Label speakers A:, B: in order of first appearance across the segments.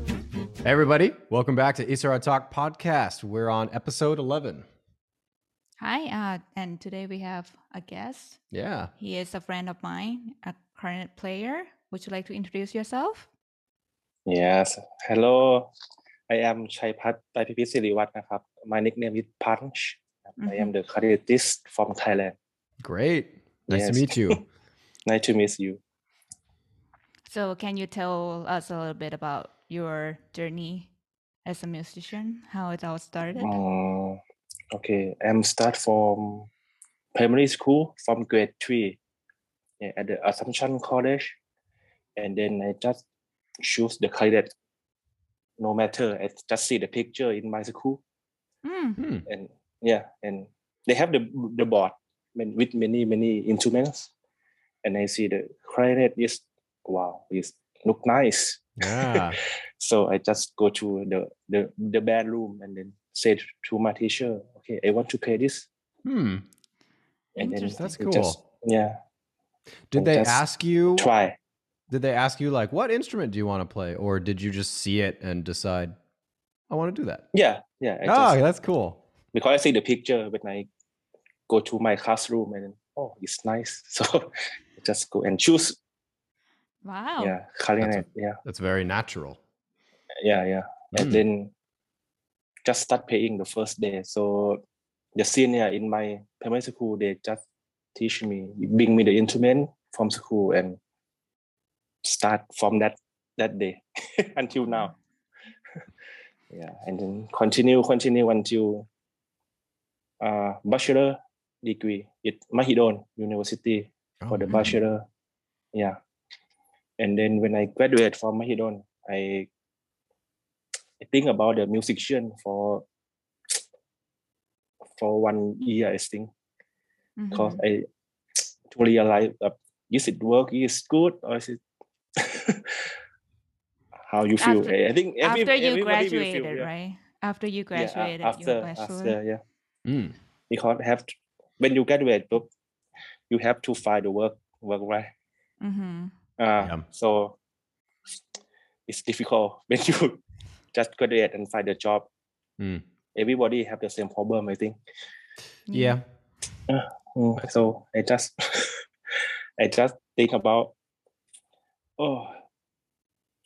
A: Hey everybody, welcome back to Isra Talk podcast. We're on episode 11.
B: Hi, uh, and today we have a guest.
A: Yeah.
B: He is a friend of mine, a current player. Would you like to introduce yourself?
C: Yes. Hello. I am Chaipat Paipipit Siriwat นะครับ My nickname is Punch. I
B: Mm-hmm.
C: am the cardiologist from Thailand.
A: Great. Nice
C: Yes.
A: to meet you.
C: Nice to meet you.
B: So, can you tell us a little bit about your journey as a musician? How it all started?
C: Mm, okay. I'm start from primary school from grade three yeah, at the Assumption College, and then I just choose the cadet. No matter, I just see the picture in my school,
B: Mm,
A: Hmm.
C: and yeah, and they have the the board man- with many many instruments, and I see the clarinet is wow, is look nice.
A: Yeah.
C: So I just go to the the the bedroom and then say to my teacher, okay, I want to play this,
A: Hmm.
C: and then
B: Interesting.
A: That's
C: I just-
A: cool.
C: yeah,
A: Did they
C: Just
A: ask you
C: try.
A: did they ask you like what instrument do you want to play or did you just see it and decide I want to do that?
C: Yeah, yeah. I
A: Oh,
C: just,
A: that's cool.
C: Because I see the picture when I go to my classroom and then, oh, it's nice. So I just go and choose.
B: wow.
C: Yeah, clarinet. Yeah,
A: That's very natural.
C: yeah, yeah.
A: Hmm.
C: and then just start playing the first day. So the senior in my primary school, they just teach me, bring me the instrument from school and start from that that day until now. Yeah, and then continue, continue until uh, bachelor degree at Mahidol University for the
A: Oh,
B: bus.
C: bachelor. Yeah. And then when I graduate from Mahidol, I I think about the musician for for one year, I think, because
B: Mhm.
C: I to realize uh, is it work is good or is it how you feel?
B: After-
C: I I think every,
B: after you
C: everybody will feel,
B: graduated,
C: yeah.
B: right? After you
C: Yeah, a-
B: graduated,
C: after,
B: you bachelor.
C: after, yeah.
A: Mm.
C: Because have to, when you graduate,ปุ๊บ, you have to find the work work right.
B: Mhm.
C: Uh,
A: Yeah.
C: So it's difficult when you just graduate and find a job.
A: Mm.
C: Everybody have the same problem, I think.
A: Yeah.
C: Mm, So I just, I just think about, oh,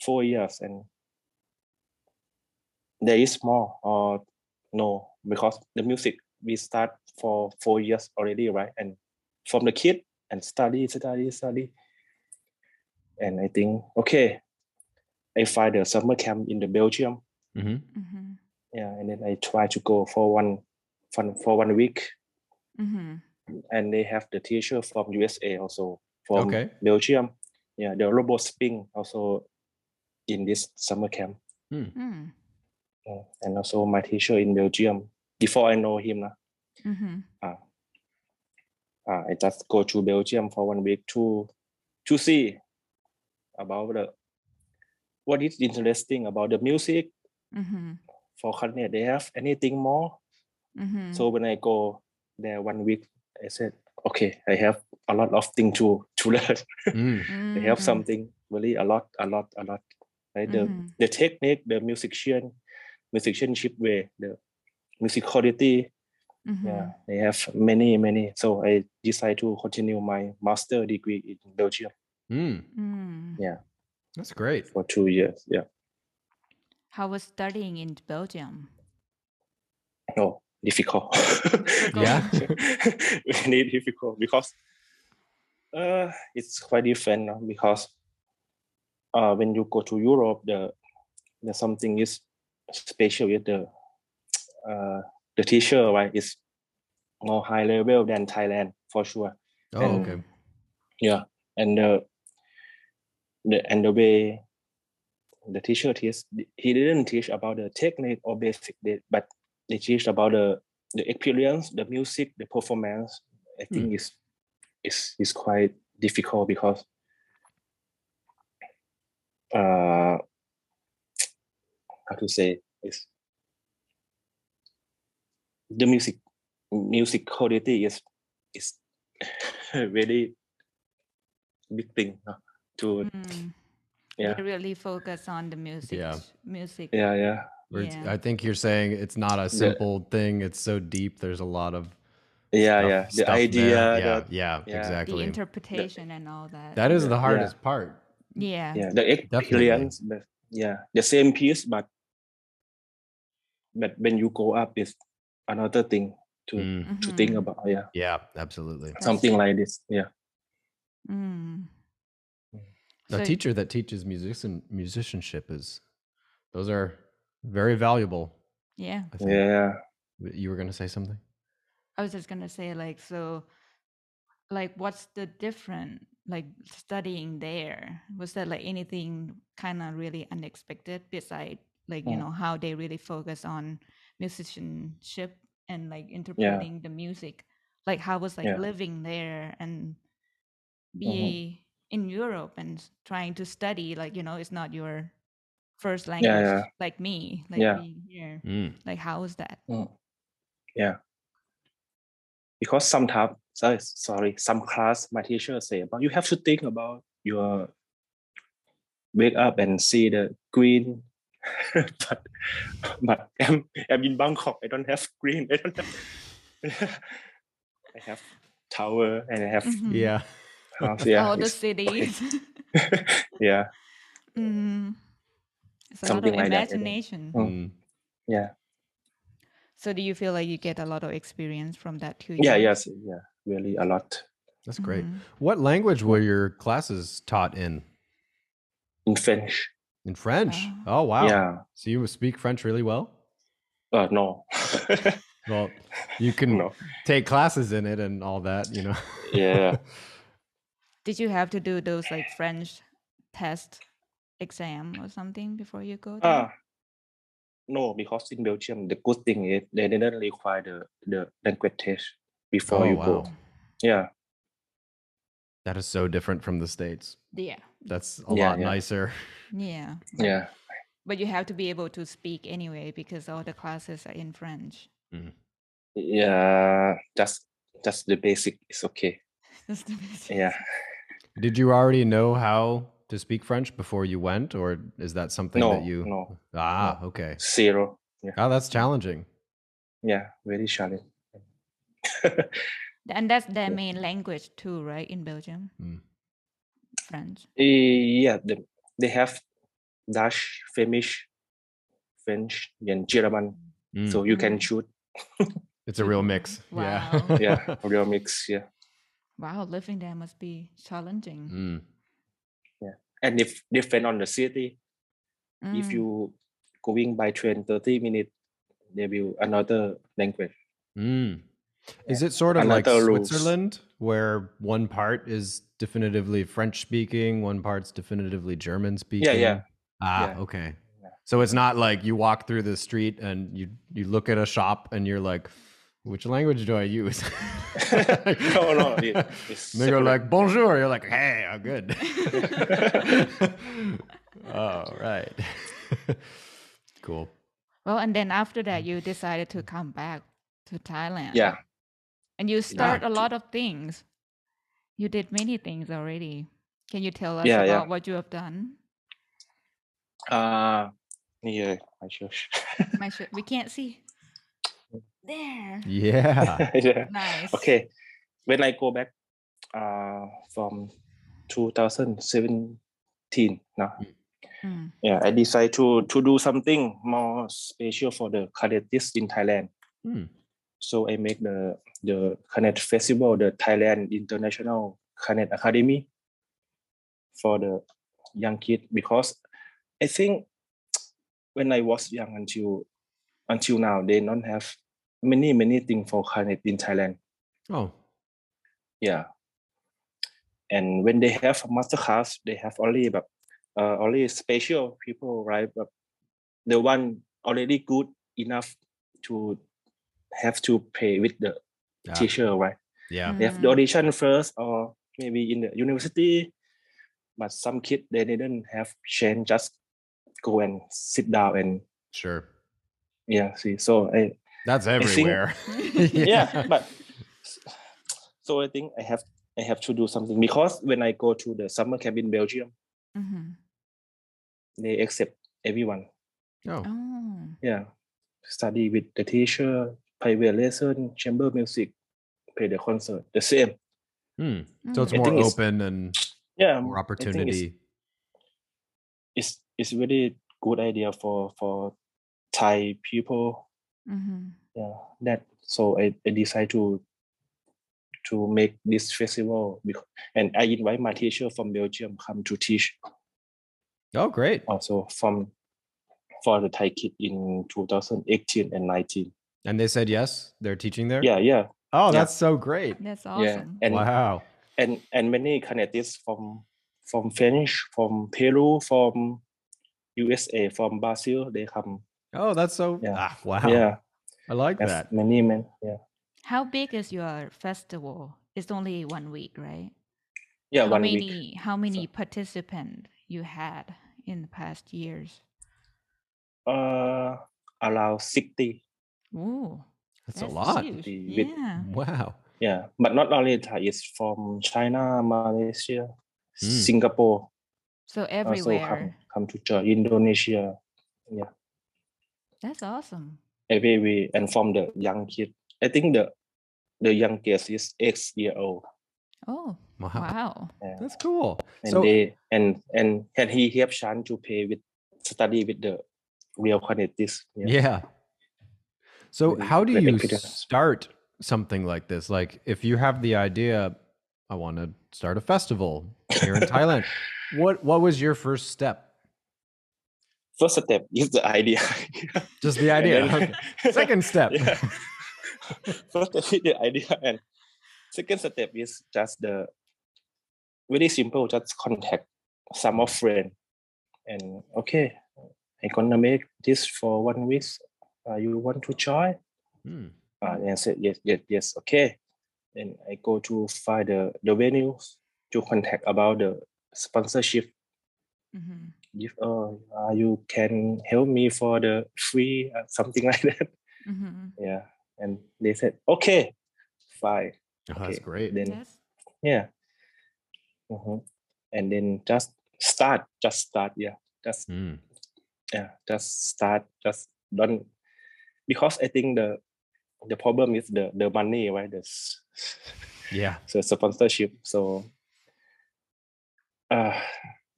C: four years and there is more or no because the music we start for four years already, right? And from the kid and study, study, study, and I think okay, I find a summer camp in the Belgium.
A: hmm
B: Mhm.
C: yeah and then i try to go for one for, for one week
B: Mhm.
C: and they have the teacher from usa also from
A: Okay.
C: belgium yeah the robot spring also in this summer camp
B: Mm.
C: Yeah, and also my teacher in belgium before i know him uh,
B: Mhm.
C: uh, i just go to belgium for one week to to see about the what is interesting about the music
B: Mhm.
C: for Kanye, they have anything more
B: Mhm.
C: So when I go there one week, I said, okay, I have a lot of thing to to learn.
A: Mm.
C: I have
B: Mhm.
C: something really a lot, a lot, a lot. Right? The
B: Mhm.
C: the technique, the musician, musicianship way, the musicality. Yeah,
B: Mhm.
C: they have many, many. So I decide to continue my master degree in Belgium
A: Mm.
B: Mm.
A: That's great.
C: for two years. Yeah.
B: How was studying in Belgium?
C: No, difficult.
A: Yeah.
C: really difficult because uh, it's quite different now because uh, when you go to Europe, the, the something is special with the uh, the teacher, right? It's more high level than Thailand for sure.
A: Oh, okay.
C: Yeah, and uh, the the and the way the teacher teach, he didn't teach about the technique or basic, they- but they teach about the the experience, the music, the performance. I
A: Hmm.
C: think is is is quite difficult because uh how to say is the music music quality is is really big thing huh, to
B: Mm.
C: Yeah.
B: you really focus on the music.
A: Yeah.
B: Music.
C: Yeah, yeah.
A: Or it's-
B: Yeah.
A: I think you're saying it's not a simple thing. It's so deep. There's a lot of
C: Yeah,
A: stuff-
C: yeah. The
A: stuff there.
C: idea
A: Yeah,
C: the-
A: yeah,
C: yeah. The
B: The
A: exactly.
B: interpretation and all that.
A: that is the
C: Yeah.
A: hardest part.
B: yeah.
C: yeah the experience but yeah the same piece but but when you go up is another thing to
A: Mm,
C: to think
B: Mhm.
C: about yeah
A: yeah, absolutely.
B: That's
C: something
B: it.
C: like this yeah
B: Mm.
A: A
B: So-
A: teacher that teaches musician musicianship is those are very valuable.
B: Yeah.
A: I think
C: yeah
A: W- you were going to say something.
B: I was just gonna say like so like what's the different like studying there? Was there like anything kind of really unexpected beside like you
C: Mm.
B: know how they really focus on musicianship and like interpreting the music? Like how was like
C: Yeah. Mm-hmm.
B: living there and be in Europe and s- trying to study like you know it's not your first language
C: yeah.
B: like me like
C: Yeah.
B: being here
A: Mm.
B: like how was that?
C: because sometimes sorry, sorry some class my teacher say about you have to think about your wake up and see the green but but I'm, I'm in bangkok i don't have green i don't have i have tower and i have
B: Mhm.
A: Yeah.
C: house yeah
B: all the
C: it's-
B: cities.
C: yeah
B: Mm. It's a
C: Something
B: lot
C: like
B: of
C: that, I think.
B: imagination.
C: Mm.
A: Mm.
C: yeah
B: So do you feel like you get a lot of experience from that too? Mm-hmm.
C: yeah yes yeah really a lot
A: That's great. What language were your classes taught in?
C: in french
A: In French.
B: Ah.
A: Oh wow.
C: yeah
A: So you speak French really well?
C: uh, no
A: Well, you can
C: no
A: take classes in it and all that, you know.
C: yeah
B: Did you have to do those like French test exam or something before you go there?
C: Ah, no, because in Belgium, the good thing is they didn't require the, the language test
A: Oh,
C: before you go.
A: wow.
C: Yeah,
A: That is so different from the states.
B: Yeah.
A: That's a
C: Yeah,
A: lot
C: yeah.
A: nicer.
B: Yeah.
C: yeah,
B: But you have to be able to speak anyway because all the classes are in French.
C: yeah. That's that's the basic. It's okay.
B: That's the basic.
C: Yeah.
A: Did you already know how to speak French before you went, or is that something
C: No,
A: that you?
C: no,
A: Ah, okay.
C: Zero.
A: Oh, that's challenging.
C: Yeah, very challenging.
B: And that's their
C: Yeah.
B: main language too, right? In Belgium?
A: Mm.
B: French.
C: Eh, yeah, the, they have Dutch, Flemish, French, and German.
A: Mm.
C: So you can
B: Mm.
C: choose.
A: it's a real mix.
B: Wow.
A: Yeah.
C: Yeah, real mix. Yeah.
B: Wow, living there must be challenging.
A: Mm.
C: And if depend on the city, if
A: Hmm.
B: Mm.
C: you going by train 30 minutes there will another language
A: Mm. Is it sort of like
C: Another rules.
A: Switzerland, where one part is definitively French speaking, one part's definitively German speaking?
C: yeah.
A: Ah,
C: Yeah.
A: okay.
C: Yeah.
A: So it's not like you walk through the street and you you look at a shop and you're like, which language do I use?
C: No, no, it- it's
A: they go
C: separate.
A: like bonjour. You're like, hey, I'm good. All right. cool.
B: Well, and then after that, you decided to come back to Thailand.
C: Mm. yeah
B: And you start a lot of things. You did many things already. Can you tell us
C: Yeah,
B: about
C: yeah.
B: what you have done?
C: uh yeah my church
B: My sh- we can't see. There.
A: Yeah.
C: yeah.
B: Nice.
C: okay when i go back uh from 2017 now
B: Mm.
C: yeah i decide to to do something more special for the cadets in thailand
A: Hmm.
C: so i make the the cadet festival the thailand international cadet academy for the young kid because i think when i was young until until now they don't have many many things for cadet in thailand
A: Oh.
C: yeah and when they have master class they have only but uh, only special people right but the one already good enough to have to pay with the
A: Yeah.
C: teacher right
A: Yeah.
B: Mm.
C: they have the audition first or maybe in the university but some kid they didn't have chance just go and sit down and
A: Sure.
C: yeah see so i
A: That's
C: think-
A: everywhere.
C: yeah, but so I think I have I have to do something because when I go to the summer camp in Belgium,
B: Mhm.
C: they accept everyone.
A: Oh,
B: Oh.
C: Yeah, study with the teacher, private lesson, chamber music, play the concert, the same.
A: hmm. so
B: Mm.
A: it's
C: Mm. I
A: more
C: think it's-
A: open and
C: Yeah,
A: more
C: I think it's-
A: opportunity.
C: It's it's really good idea for for Thai people.
B: Mm-hmm.
C: Yeah, that so I, I decide to to make this festival because, and I invite my teacher from Belgium come to teach
A: Oh, great!
C: also from for the Thai kid in 2018 and 19.
A: And they said yes. They're teaching there.
C: Yeah, yeah,
A: Oh,
C: Yeah.
A: that's so great!
B: That's
C: yeah.
B: awesome.
C: And
A: wow.
C: and and many candidates from from French, from Peru, from USA, from Brazil, they come.
A: Oh, that's so.
C: Yeah.
A: Ah, wow.
C: Yeah,
A: I like
C: yes,
A: that.
C: many men. Yeah,
B: How big is your festival? It's only one week, right?
C: yeah,
B: how
C: one
B: many
C: week.
B: how many participants you had in the past years?
C: Uh, around 60.
B: Ooh,
A: That's, a lot.
B: huge.
C: The- with-
B: Yeah.
A: Wow.
C: Yeah, but not only Thai. It's from China, Malaysia,
A: Mm.
C: Singapore.
B: So
C: Also
B: everywhere.
C: come come to join Indonesia,
B: That's awesome.
C: everywhere, and from the young kid. I think the the youngest is eight year old.
B: Oh,
A: Wow.
B: wow.
C: Yeah.
A: That's cool.
C: and
A: so
C: they and and and he have chance to pay with study with the real quantities.
A: yeah. So
C: Really
A: how do
C: great
A: you
C: experience.
A: start something like this? Like if you have the idea, I want to start a festival here in Thailand. What what was your first step?
C: First step is the idea.
A: Just the
C: And
A: idea.
C: then-
A: Okay. Second step.
C: Yeah. First step is the idea, and second step is just the very simple. Just contact some of friend, and okay, i gonna make this for one week. Uh, you want to join?
A: Hmm.
C: Uh, and I said yes, yes, yes. Okay. Then I go to find the the venues to contact about the sponsorship
B: Mm-hmm.
C: if uh, uh, you can help me for the free uh, something like that
B: Mm-hmm.
C: yeah and they said okay fine
A: Oh, that's
C: Okay,
A: great.
C: then
B: That's
C: yeah Mhm. and then just start just start yeah just
A: Hmm.
C: yeah just start just don't because i think the the problem is the the money right the s-
A: Yeah.
C: so sponsorship so uh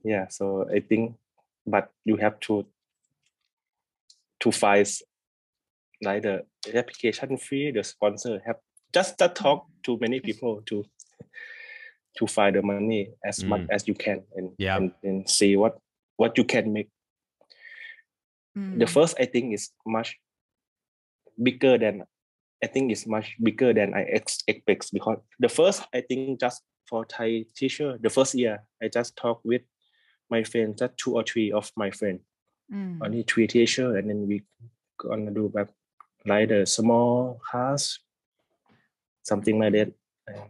C: yeah so i think but you have to to find like the application fee the sponsor have just to talk to many people to to find the money as much
A: Mm.
C: as you can and
A: Yeah.
C: and, and see what what you can make the
B: mm,
C: first i think is much bigger than i think is much bigger than i ex- expect because the first i think just for thai teacher the first year i just talk with my friend just two or three of my friend
B: mm,
C: only three teacher and then we gonna do like, like the small class something like that Uh,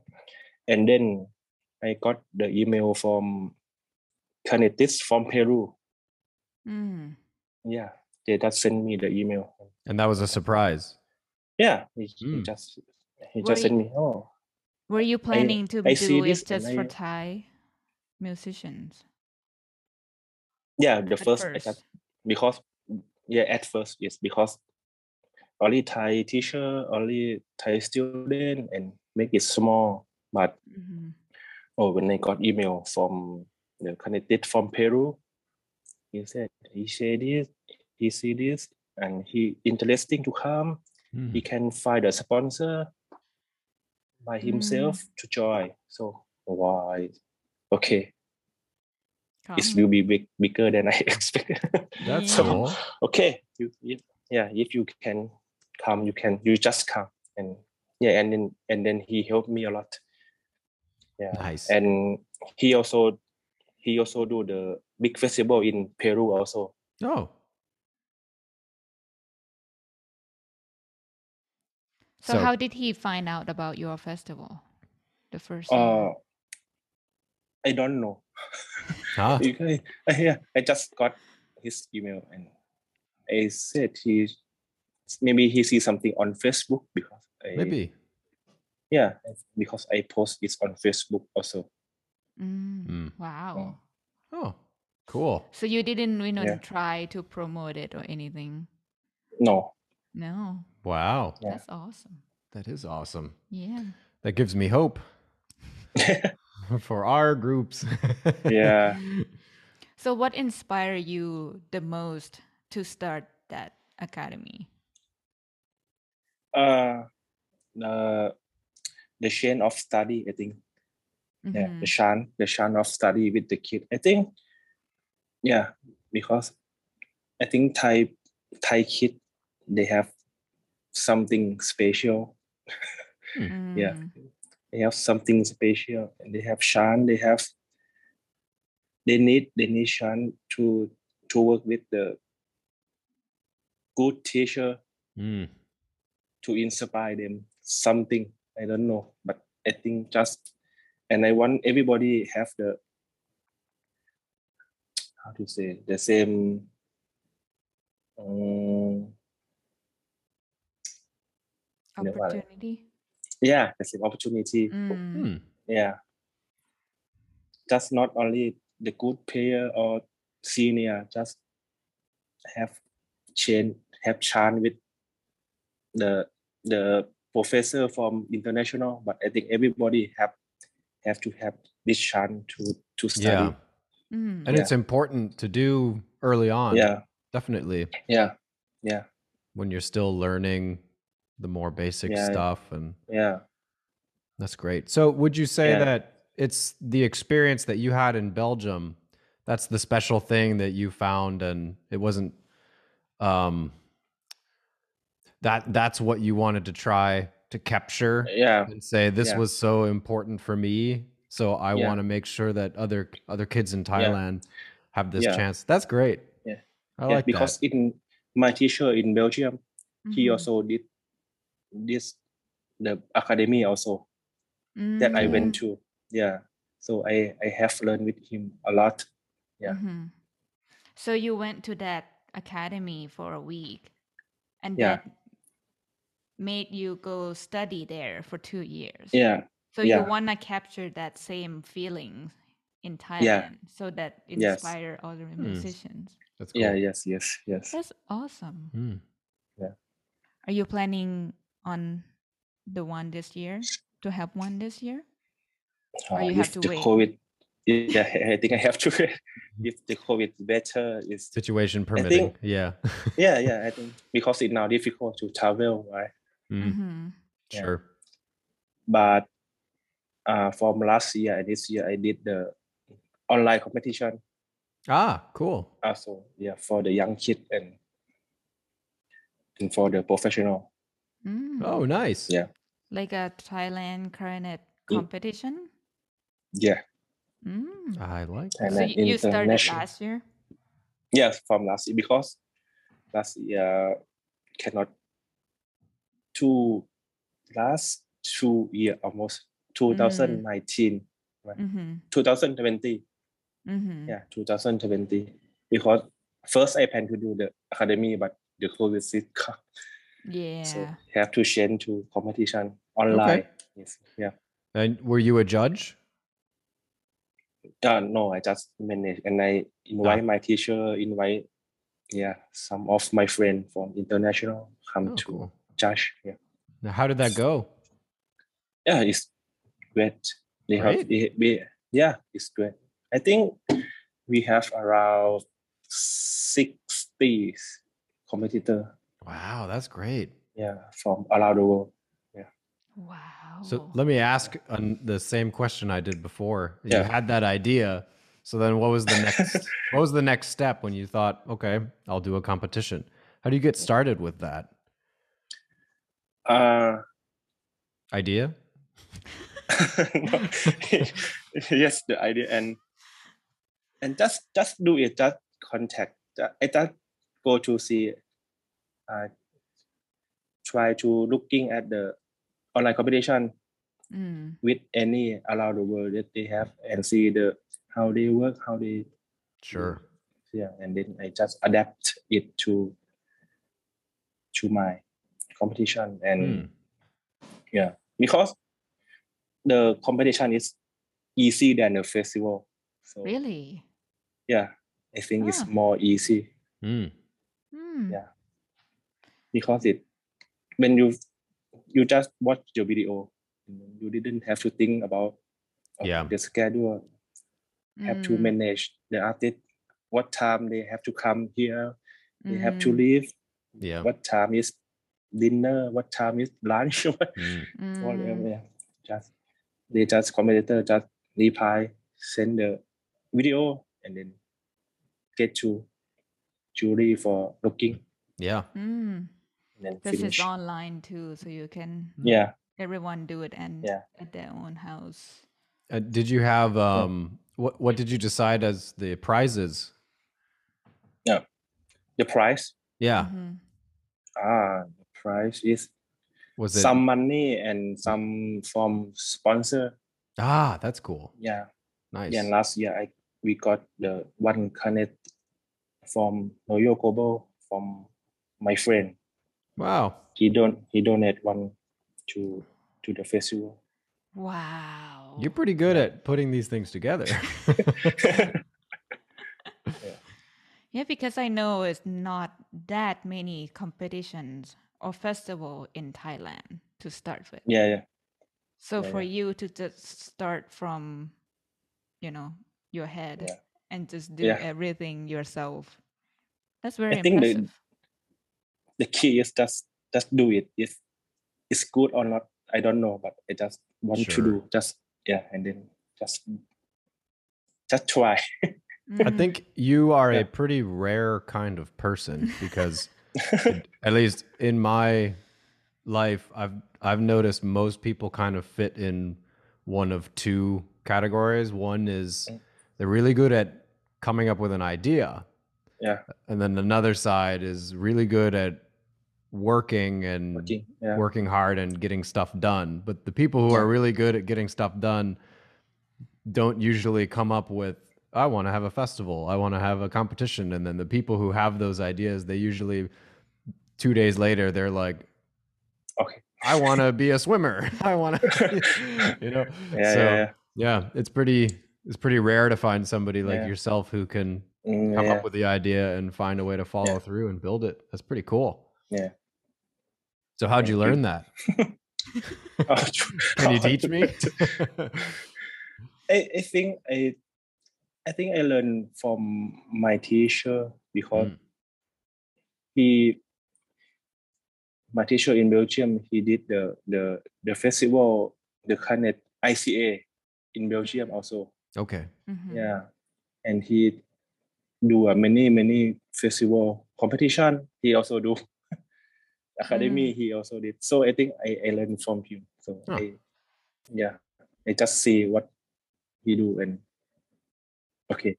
C: and then i got the email from candidates from peru
B: mm.
C: yeah they just send me the email
A: And that was a surprise.
C: Yeah, he, he
A: Mm.
C: just he
B: Were
C: just said
B: you-
C: me, oh
B: Were you planning to
C: I see
B: do
C: this
B: it just
C: and
B: for
C: I-
B: Thai musicians?
C: yeah, the
B: at
C: first, I just because mm, yeah, at first yes, because only Thai teacher, only Thai student, and make it small. But
B: Mhm.
C: oh, when I got email from the candidate from Peru, he said he said this, he see this, and he interesting to come.
A: Hmm.
C: He can find a sponsor by himself
B: Mm.
C: to join. So why? Okay, it will
B: Come.
C: be big, bigger than I expected.
A: That's
B: Yeah.
A: cool.
C: okay, you, you, yeah, if you can come, you can, you just come, and yeah, and then and then he helped me a lot,
A: Nice.
C: and he also he also do the big festival in Peru also.
A: oh.
B: So,
A: So-
B: how did he find out about your festival? The first
C: Uh,
B: year?
C: I don't know.
A: Huh?
C: You guys, yeah, I just got his email and I said he maybe he see something on Facebook because I,
A: Maybe.
C: yeah because I post it on Facebook also.
B: Mm,
A: Mm.
B: Wow.
A: Oh. Cool.
B: So you didn't, you know,
C: Yeah.
B: try to promote it or anything.
C: No,
B: No,
A: Wow.
C: Yeah.
B: that's awesome.
A: That is awesome.
B: Yeah.
A: That gives me hope for our groups.
C: yeah,
B: So what inspired you the most to start that academy?
C: uh, the the chain of study. I think yeah,
B: Mhm.
C: the chance, the chance of study with the kid. I think, yeah, because I think Thai Thai kid they have something special. yeah.
B: Mm.
C: They have something special, and they have chance. They have they need they need chance to to work with the good teacher
A: Mm.
C: to inspire them something i don't know but i think just and i want everybody have the how to say the same um, You know what?
B: Opportunity.
C: yeah the same opportunity
B: Mm.
A: Hmm.
C: yeah just not only the good player or senior just have chain have chance with the the professor from international but i think everybody have have to have this chance to to
A: Yeah.
C: study
B: Mm.
A: And
C: Yeah.
A: it's important to do early on.
C: yeah
A: Definitely.
C: yeah yeah
A: When you're still learning the more basic
C: Yeah.
A: stuff and
C: yeah
A: That's great. So, would you say
C: Yeah.
A: that it's the experience that you had in Belgium that's the special thing that you found, and it wasn't um, that that's what you wanted to try to capture
C: Eh, yeah
A: and say this
C: Yeah.
A: was so important for me, so I
C: Yeah.
A: want to make sure that other other kids in Thailand have this
C: Yeah.
A: chance. That's great.
C: Yeah.
A: I
C: yeah
A: like
C: because in my teacher in belgium
A: Mm-hmm.
C: he
B: Mhm.
C: also did this the academy also that I
A: Cool.
C: went to. Yeah. So I, I have learned with him a lot. yeah.
B: Mhm. So you went to that academy for a week, and
C: Yeah.
B: that made you go study there for two years.
C: Yeah.
B: So
C: yeah.
B: you want to capture that same feeling in Thailand, so that
C: Yes. Mm.
B: inspire other musicians.
A: that. That's cool.
C: Yeah. Yes. Yes. Yes.
B: That's awesome.
A: Mm.
B: Are you planning on the one this year to have one this year?
C: Uh,
B: you have
C: if
B: to
C: the
B: wait.
C: COVID, yeah, I think I have to. if the COVID better is,
A: Situation permitting.
C: think-
A: yeah.
C: yeah, yeah. I think because it's now difficult to travel, right?
A: Mm,
B: Mm-hmm.
C: Yeah.
A: Sure.
C: But uh, from last year and this year, I did the online competition
A: Ah, cool.
C: also. Yeah, for the young kid and and for the professional.
A: Oh, nice.
C: Yeah.
B: Mm. Like a Thailand clarinet
A: Mm.
B: competition?
C: Yeah.
B: Mm.
A: I like
C: And
B: so
A: that.
C: then
B: y- you started
C: international.
B: last year?
C: Yes, from last year because last year cannot two last two year almost 2019
B: Mm-hmm.
C: 2020
A: Mm.
B: Mm-hmm.
C: yeah 2020 because first I plan to do the academy but the COVID is come
B: Yeah.
C: so have to change to competition online yes yeah
A: And were you a judge?
C: uh, no I just manage and I invite my teacher invite yeah some of my friend from international come
A: Oh,
C: to
A: cool.
C: judge yeah
A: Now, how did that go?
C: yeah, it's great. They
A: Great.
C: have they, we, yeah, it's great. I think we have around sixty competitor.
A: Wow, that's great.
C: Yeah, from around the world.
B: Wow.
A: So let me ask an, the same question I did before.
C: Yeah.
A: You had that idea. So then what was the next what was the next step when you thought, okay, I'll do a competition? How do you get started with that
C: Uh,
A: idea?
C: no. yes, the idea and and just just do it. Just contact. ju- I just go to see. Uh, try to looking at the online competition
B: Mm.
C: with any around the world that they have and see the how they work, how they
A: Sure.
C: yeah, and then I just adapt it to to my competition and
A: Hmm.
C: yeah, because the competition is easy than the festival. So
B: Really?
C: yeah, I think it's
B: Ah.
C: more easy
A: Mm.
B: Hmm.
C: Yeah. because it when you you just watch your video, you didn't have to think about oh,
A: Yeah.
C: the schedule. Have to
B: Mm,
C: manage the artist, what time they have to come here, they have to
B: mm,
C: leave,
A: Yeah.
C: what time is dinner, what time is lunch, what-
A: Mm.
B: mm.
C: whatever. yeah. Just they just commentator just reply, send the video, and then get to jury for looking
A: Yeah.
B: Mm.
C: and then
B: This
C: finish.
B: is online too, so you can
C: Yeah.
B: everyone do it and
C: Yeah.
B: at their own house.
A: Uh, did you have um what what did you decide as the prizes?
C: The price.
A: Yeah.
B: Mhm.
C: Ah, the price is
A: Was it
C: some money and some from sponsor.
A: Ah, that's cool.
C: Yeah.
A: Nice.
C: Yeah, and last year I we got the one connect from Noyo Kobo from my friend.
A: Wow.
C: He don't he donate one to to the festival.
B: Wow.
A: You're pretty good at putting these things together.
B: Yeah, because I know it's not that many competitions or festival in Thailand to start with.
C: yeah, yeah,
B: So
C: Yeah,
B: for you to just start from, you know, your head
C: Yeah.
B: and just do
C: Yeah.
B: everything yourself. That's very
C: think the-
B: impressive.
C: The key is just just do it. If it's good or not, I don't know, but I just want
A: Sure.
C: to do. Just yeah, and then just just try.
A: I
B: Mm,
A: think you are
C: Yeah.
A: a pretty rare kind of person because at least in my life I've I've noticed most people kind of fit in one of two categories. One is
C: Mm.
A: they're really good at coming up with an idea.
C: Yeah.
A: And then another side is really good at working and
C: Working, yeah.
A: working hard and getting stuff done. But the people who
C: Yeah.
A: are really good at getting stuff done don't usually come up with I want to have a festival, I want to have a competition and then the people who have those ideas they usually 2 days later they're like
C: Okay.
A: I want to be a swimmer. I want to you know.
C: Yeah,
A: so
C: yeah,
A: yeah. it's pretty it's pretty rare to find somebody like
C: Yeah.
A: yourself who can
C: yeah. Mm,
A: come
C: yeah.
A: up with the idea and find a way to follow through and build it. That's pretty cool.
C: Yeah.
A: So how'd you
C: Thank
A: learn
C: you.
A: that?
C: Oh,
A: Can you teach me?
C: I, I think I I think I learned from my teacher because
A: Mm.
C: he my teacher in Belgium he did the the the festival the Canet ICA in Belgium also
A: okay.
B: mhm.
C: yeah and he do a many many festival competition he also do academy he also did so I think I, I learned from him so
A: Huh.
C: I yeah I just see what he do and okay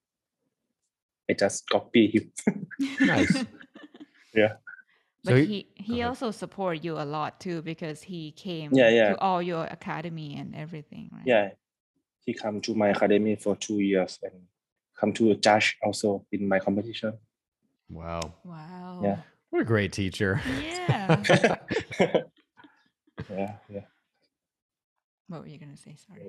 C: I just copy him
A: Nice.
C: Yeah.
B: But
A: So he-
B: he
A: go
B: he
A: ahead.
B: also support you a lot too because he came
C: yeah.
B: to all your academy and everything, right?
C: yeah he come to my academy for two years and come to a judge also in my competition
A: Wow.
B: Wow.
A: What a great teacher.
B: Yeah.
C: yeah yeah
B: what were you gonna say? Sorry.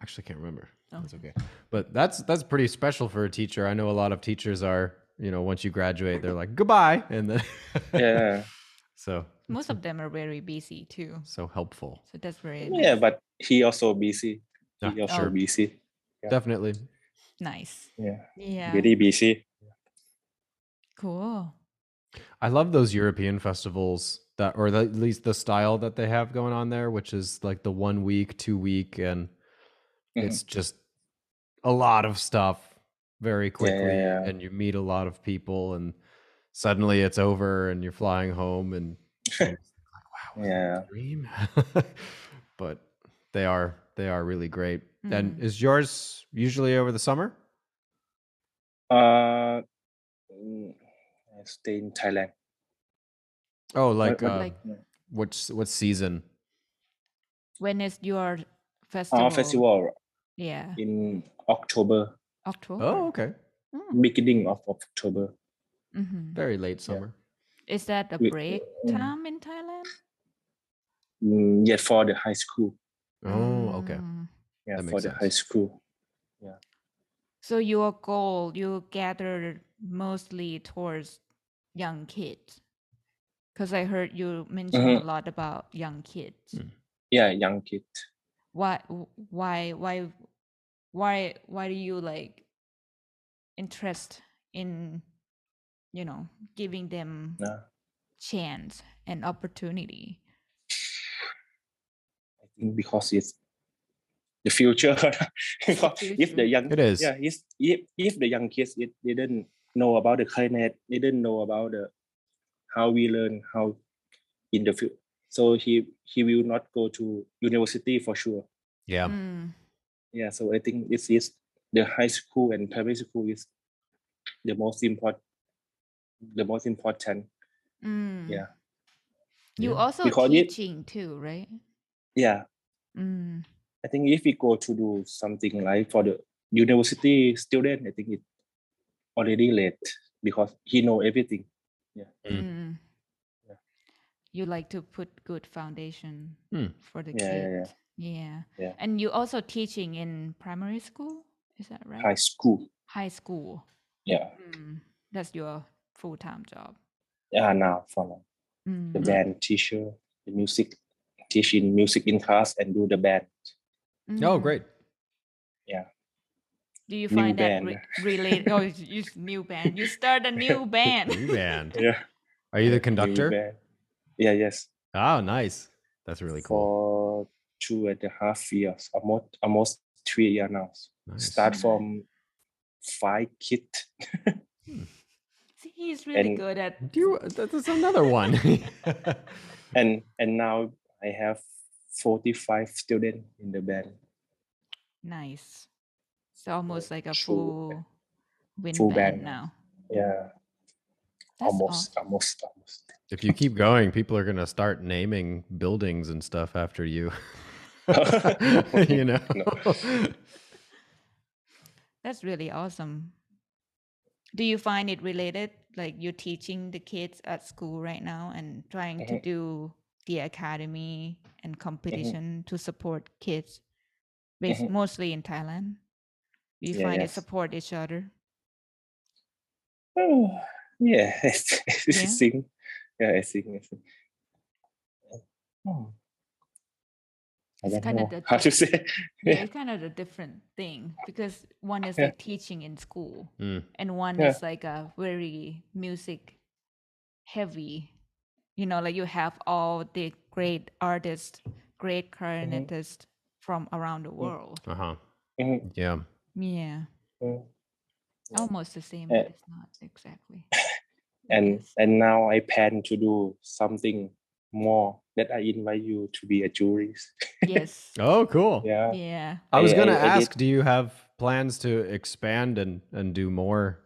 A: Actually can't remember.
B: Oh.
A: That's okay. But that's that's pretty special for a teacher. I know a lot of teachers are, you know, once you graduate, they're like, goodbye. And then
C: yeah
A: so
B: Most of them are very busy too,
A: so helpful.
B: so that's very
C: Oh, yeah but he also busy he
A: Yeah,
C: also
B: sure.
C: busy Yeah.
A: Definitely.
B: nice.
C: yeah
B: Yeah.
C: very busy
B: Cool.
A: I love those European festivals that, or the, at least the style that they have going on there, which is like the one week, two week, and
C: Mhm.
A: it's just a lot of stuff very quickly,
C: yeah.
A: and you meet a lot of people, and suddenly it's over, and you're flying home, and it's like, wow, was that a dream. but they are they are really great. And
B: Mm.
A: is yours usually over the summer?
C: uh mm, I stay in thailand
A: Oh, like
C: what-
A: uh,
B: Like-
A: what's what season?
B: When is your festival?
C: our Uh, festival
B: Yeah.
C: in october
B: October.
A: Oh, okay,
C: Mm. beginning of october
B: hmm
A: very late summer.
B: Is that a
C: We-
B: break
C: mm.
B: time in Thailand?
C: mm, yeah for the high school
A: Oh, okay.
C: Mm-hmm.
B: Mm.
C: yeah
A: That
C: for
A: makes
C: the high
A: sense.
C: school
B: So your goal you gather mostly towards young kids, because I heard you mention
C: Mm-hmm.
B: a lot about young kids.
C: yeah young kid
B: Why? Why? Why? Why? Why do you like interest in, you know, giving them
C: Yeah.
B: chance and opportunity?
C: I think because it's the future. Because if
B: future.
C: the young
A: It is.
C: yeah, if, if if the young kids it they didn't know about the climate, they didn't know about the how we learn how in the future. So he he will not go to university for sure.
A: Yeah.
B: Mm,
C: Yeah, so I think this is the high school and primary school is the most important the most important.
B: mm.
C: Yeah.
B: You
A: Yeah.
B: also
C: Because it-
B: teaching too, right?
C: Yeah.
B: Mm.
C: I think if we go to do something like for the university student, I think it already late because he know everything.
A: Mm.
B: Mm.
C: Yeah.
B: You like to put good foundation
A: Mm.
B: for the
C: Yeah, yeah, yeah.
B: kids. Yeah.
C: Yeah.
B: And you also teaching in primary school, is that right?
C: High school,
B: High school.
C: yeah,
B: Mm. That's your full time job.
C: yeah. Now for now. the
A: Mm-hmm.
B: Mm.
C: band teacher, the music teaching music in class and do the band.
A: Oh,
B: Mm.
A: great.
B: Do you
C: New
B: find that
C: band.
B: re- related? Oh, it's, it's new band. You start a new band.
A: New band.
C: Yeah,
A: Are you the
C: new
A: conductor?
C: band. Yeah, yes.
A: Oh, nice. That's really cool.
C: For two and a half years, almost almost three year now.
A: Nice.
C: Start
B: Nice.
C: from five kid.
B: See, he's really
C: And-
B: good at
A: Do you, that- that's another one.
C: and and now I have forty five students in the band.
B: Nice. It's almost like a
C: full ba-
B: full wind
C: full
B: band,
C: band.
B: now.
C: Yeah,
B: That's
C: almost, almost, almost.
A: if you keep going, people are gonna start naming buildings and stuff after you. you know.
C: No.
B: That's really awesome. Do you find it related? Like you're teaching the kids at school right now and trying to
C: Mhm.
B: do the academy and
C: Mm-hmm.
B: competition to support kids based
C: Mhm.
B: mostly in Thailand. Do you
C: Yeah,
B: find
C: yes.
B: it support each other?
C: Oh, yeah, I think- I
B: Yeah.
C: think, yeah, I think, I think. Oh. I
B: It's
C: don't
B: kinda
C: know
B: the
C: how to
B: diff-
C: say.
B: Yeah,
C: Yeah.
B: it's kind of a different thing because one is
C: Yeah.
B: like teaching in school
A: Mm,
B: and one
C: Yeah.
B: is like a very music heavy you know like you have all the great artists great
C: Mm-hmm.
B: clarinetists from around the
C: Mm.
B: world
A: uh-huh.
C: Mhm,
A: Yeah.
B: yeah
C: mhm. Yeah.
B: almost the same
C: Yeah.
B: but it's not exactly
C: And
B: Yes.
C: and now I plan to do something more that I invite you to be a jury.
B: yes
A: Oh, cool.
C: Yeah.
B: yeah
A: I was
C: I-
A: gonna
C: I- I did-
A: ask, do you have plans to expand and and do more?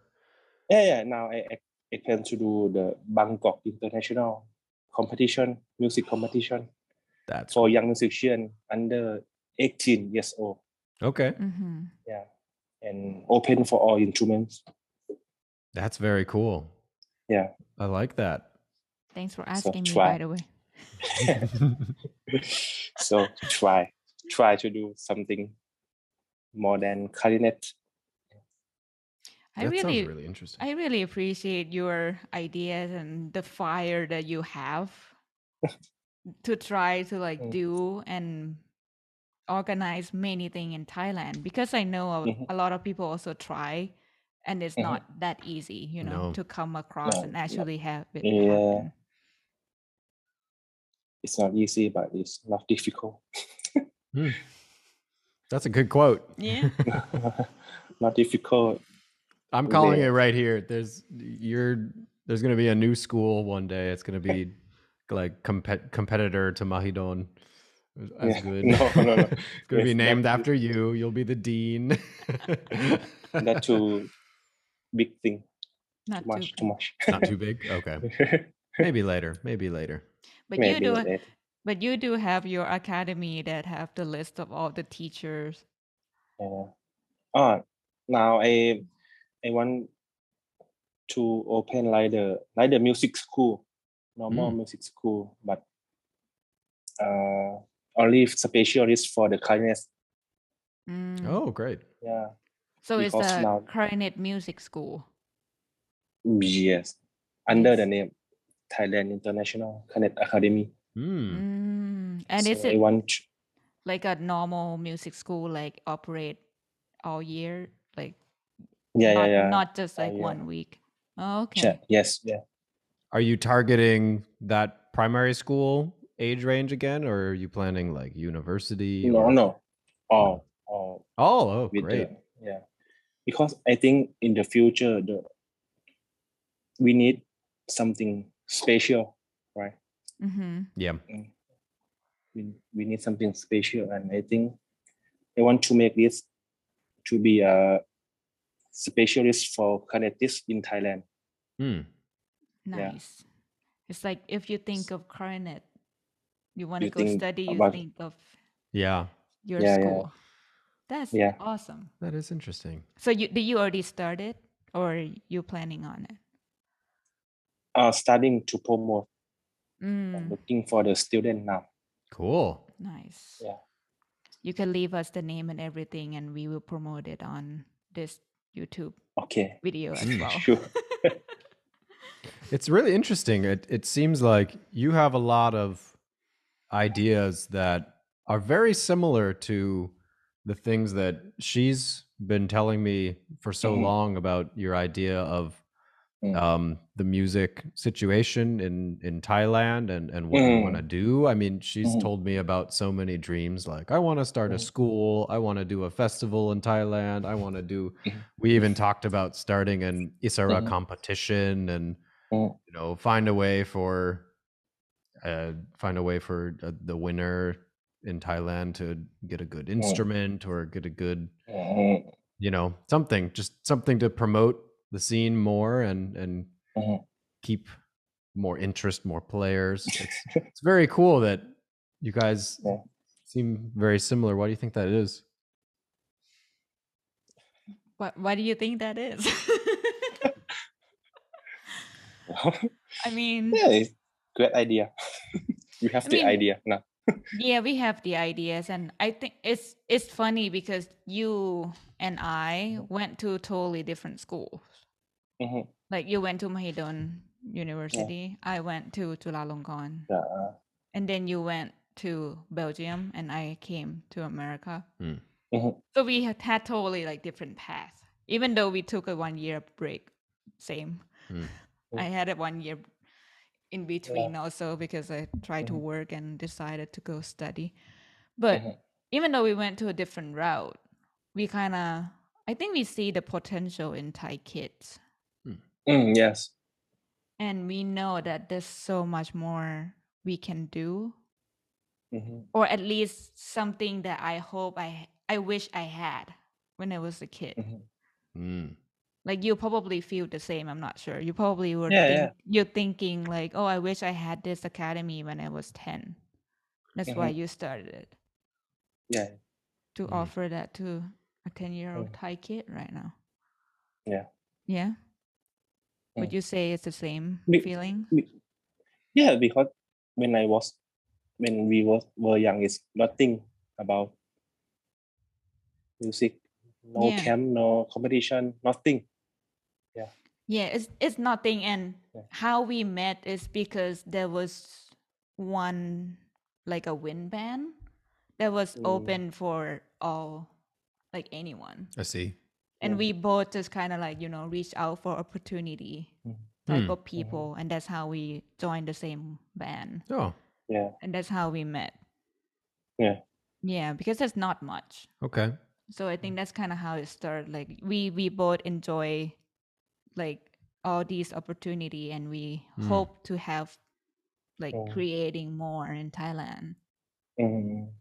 C: Yeah, yeah. Now I, I, I plan to do the Bangkok International competition, music competition
A: That's
C: for young musician under 18 years old.
A: okay.
B: mm-hmm.
C: Yeah. And open for all instruments.
A: That's very cool.
C: Yeah.
A: I like that.
B: thanks for
C: So
B: asking me
C: try.
B: by the way
C: so try, try to do something more than clarinet.
B: i
A: that
B: really
A: sounds really interesting.
B: i really appreciate your ideas and the fire that you have to try to like
C: Mm.
B: do and organize many things in Thailand because I know a,
C: Mhm.
B: a lot of people also try and it's
C: Mhm.
B: not that easy, you know,
A: No.
B: to come across
C: No,
B: and
C: no.
B: actually have it
C: Yeah.
B: happen.
C: It's not easy, but it's not difficult.
A: That's a good quote.
B: Yeah.
C: not difficult.
A: I'm calling
C: Yeah.
A: it right here. There's you're there's gonna be a new school one day. It's gonna be like compet competitor to Mahidon. As
C: Yeah.
A: good.
C: No, no, no.
A: it's gonna be
C: Yes,
A: named
C: that-
A: after you. You'll be the dean.
C: Not too big thing.
B: Not
C: Too much.
B: too
C: Too much.
A: Not too big. Okay. Maybe later. Maybe later.
B: but you
C: Maybe
B: do
C: later.
B: but you do have your academy that have the list of all the teachers.
C: Yeah. Ah, now I I want to open like the like the music school, normal
B: Hmm.
C: music school, but uh only specialist for the kindness.
B: Mm.
A: Oh, great.
C: Yeah.
B: So it's
C: Because
B: the
C: now-
B: clarinet music school.
C: Yes, under
B: Yes.
C: the name Thailand International Connect Academy.
A: Hmm.
B: Mm. And is
C: so
B: it
C: everyone ch-
B: like a normal music school, like operate all year, like
C: yeah,
B: not,
C: yeah, yeah.
B: not just
C: all
B: like
C: year.
B: one week? Oh, okay.
C: Yeah, Yes, yeah.
A: Are you targeting that primary school age range again, or are you planning like university?
C: No,
A: or-
C: no. All, all
A: Oh, oh,
C: with
A: great.
C: the yeah because i think in the future the we need something special right
B: Mm-hmm.
A: Yeah.
C: we, we need something special and i think i want to make this to be a specialist for kinetics in thailand
A: Hmm.
C: Yeah.
B: Nice. It's like if you think of clarinet, you want to
C: You
B: go
C: think
B: study, you
C: about-
B: think of
A: Yeah.
B: your
C: Yeah, yeah.
B: school. That's
C: Yeah.
B: awesome.
A: That is interesting.
B: So you did you already started or you planning on it?
C: uh, starting to promote I'm
B: Mm,
C: looking for the student now
A: Cool.
B: nice.
C: Yeah.
B: You can leave us the name and everything and we will promote it on this YouTube
C: okay
B: video as
A: Mm.
B: well.
C: sure
A: It's really interesting. It it seems like you have a lot of ideas that are very similar to the things that she's been telling me for so
C: Mhm.
A: long about your idea of
C: Mm.
A: um, the music situation in in Thailand and and what
C: Mm.
A: you want to do. I mean, she's
C: Mhm.
A: told me about so many dreams. Like, I want to start a
C: Mm.
A: school. I want to do a festival in Thailand. I want to do.
C: Mhm.
A: We even talked about starting an Isara
C: Mhm.
A: competition and
C: Mm.
A: you know find a way for uh, find a way for uh, the winner in Thailand to get a good instrument or get a good
C: Mm,
A: you know something just something to promote the scene more and and
C: Mhm.
A: keep more interest more players it's, it's very cool that you guys
C: Yeah.
A: seem very similar why do you think that is
B: What why do you think that is? I mean
C: yeah it's great idea we have
B: I
C: the
B: mean,
C: idea now
B: yeah we have the ideas and i think it's it's funny because you and i went to totally different schools
C: Mhm.
B: like you went to mahidol university i went to tulalongkorn
C: Yeah, uh,
B: and then you went to belgium and i came to america
A: Mm.
C: Mhm.
B: so we had, had totally like different paths even though we took a one year break same
A: Mm.
B: i had a one year in between also because i tried to work and decided to go study but
C: Mhm.
B: even though we went to a different route we kind of i think we see the potential in thai kids
C: Mm, yes.
B: and we know that there's so much more we can do
C: Mhm.
B: or at least something that i hope i i wish i had when i was a kid
C: Mhm.
A: Mm.
B: like you probably feel the same i'm not sure you probably were
C: Yeah,
B: think,
C: yeah.
B: you're thinking like oh i wish i had this academy when i was 10 that's why
C: Mm-hmm.
B: you started it
C: Yeah.
B: to
C: Mm-hmm.
A: Mm.
B: offer that to a 10 year old
C: Mm.
B: thai kid right now
C: Yeah.
B: yeah would you
C: Mm.
B: say it's the same
C: Be-
B: feeling
C: Yeah, because when I was when we was were young it's nothing about music. No
B: Yeah.
C: camp, no competition, nothing.
B: yeah it's it's nothing and
C: Yeah.
B: how we met is because there was one like a wind band that was
C: Mm.
B: open for all like anyone
A: i see
B: and
C: Mm.
B: we both just kind of like you know reach out for opportunity
C: Mm.
B: type
A: Hmm.
B: of people and that's how we joined the same band
A: oh
C: Yeah.
B: and that's how we met
C: Yeah.
B: yeah because there's not much
A: okay
B: so i
A: Mm.
B: think that's kind of how it started like we we both enjoy like all these opportunity and we
A: Mm. Oh.
B: hope to have like
C: Mm.
B: creating more in thailand
C: Mhm.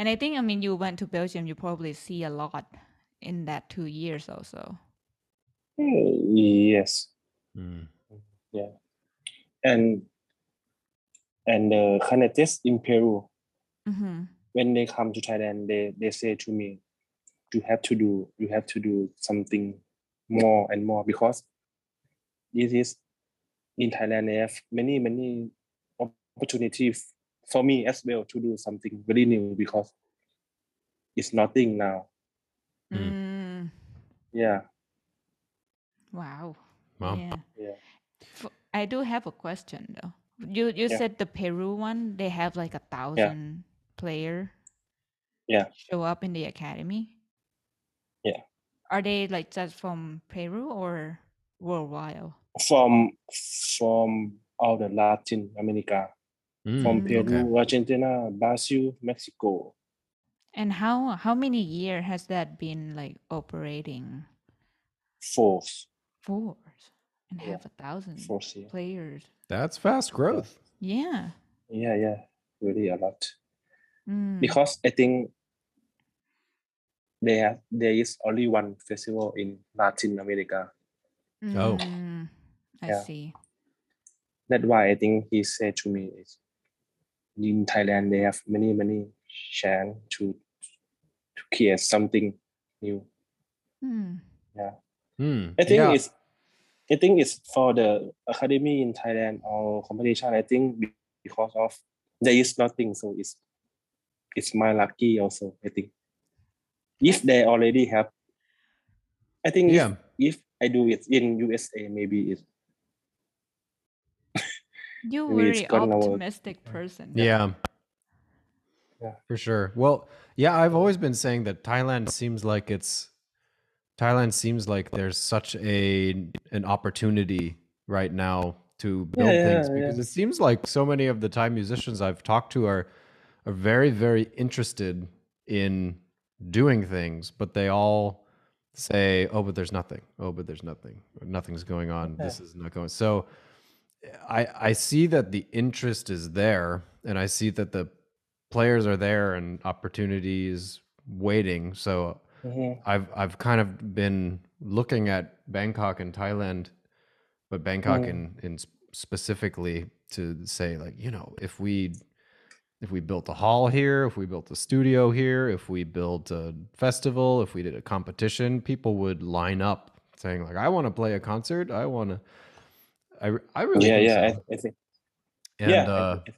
B: and i think i mean you went to belgium you probably see a lot in that two years also
C: Mm, Yes.
A: Mm.
C: And and uh, Canadians in Peru,
B: mm-hmm.
C: when they come to Thailand, they, they say to me, you have to do you have to do something more and more because this is in Thailand they have many many opportunities for me as well to do something very new because it's nothing now.
A: Mm.
B: Mm.
C: yeah
B: Wow.
A: Wow.
B: Yeah.
C: Yeah.
B: F- I do have a question though. You you
C: Yeah.
B: said the Peru one they have like a thousand player.
C: Yeah.
B: Show up in the academy.
C: Yeah.
B: Are they like just from Peru or worldwide?
C: from from all the Latin America,
A: Mm,
C: from
B: Mm,
C: Peru,
B: okay.
C: Argentina, Brazil, Mexico.
B: And how how many year has that been like operating
C: Fourth,
B: for and
C: Yeah.
B: have a thousand
C: fourth year.
B: players?
A: That's fast growth.
B: Yeah.
C: Yeah, yeah, really a lot.
B: Mm.
C: Because I think there have- there is only one festival in Latin America.
A: Oh.
B: Mm, I
C: Yeah.
B: see.
C: That's why I think he said to me is in Thailand they have many many chance to to create something new.
B: Mm.
A: Hmm.
C: I think
A: yeah.
C: it's I think it's for the academy in Thailand or competition. I think be- because of there is nothing, so it's it's my lucky also. I think if they already have, I think if-
A: Yeah.
C: if, I do it in USA, maybe it's
B: You
C: Maybe
B: were
C: it's
B: an
C: gotten over-
B: optimistic person. though.
A: Yeah.
C: Yeah.
A: For sure. Well, yeah, I've always been saying that Thailand seems like it's Thailand seems like there's such a an opportunity right now to build
C: Yeah,
A: things
C: yeah, yeah.
A: because it seems like so many of the Thai musicians I've talked to are are very very interested in doing things, but they all say, "Oh, but there's nothing. Oh, but there's nothing. Nothing's going on. This is not going." So I I see that the interest is there, and I see that the players are there and opportunities waiting. So
C: Mhm.
A: I've I've kind of been looking at Bangkok and Thailand, but Bangkok
C: Mm.
A: in in s- specifically to say like you know if we if we built a hall here, if we built a studio here, if we built a festival, if we did a competition, people would line up saying like I want to play a concert, I want to. I, re- I really
C: yeah,
A: think so.
C: yeah. I, I think
A: and
C: yeah. I-
A: uh,
C: I-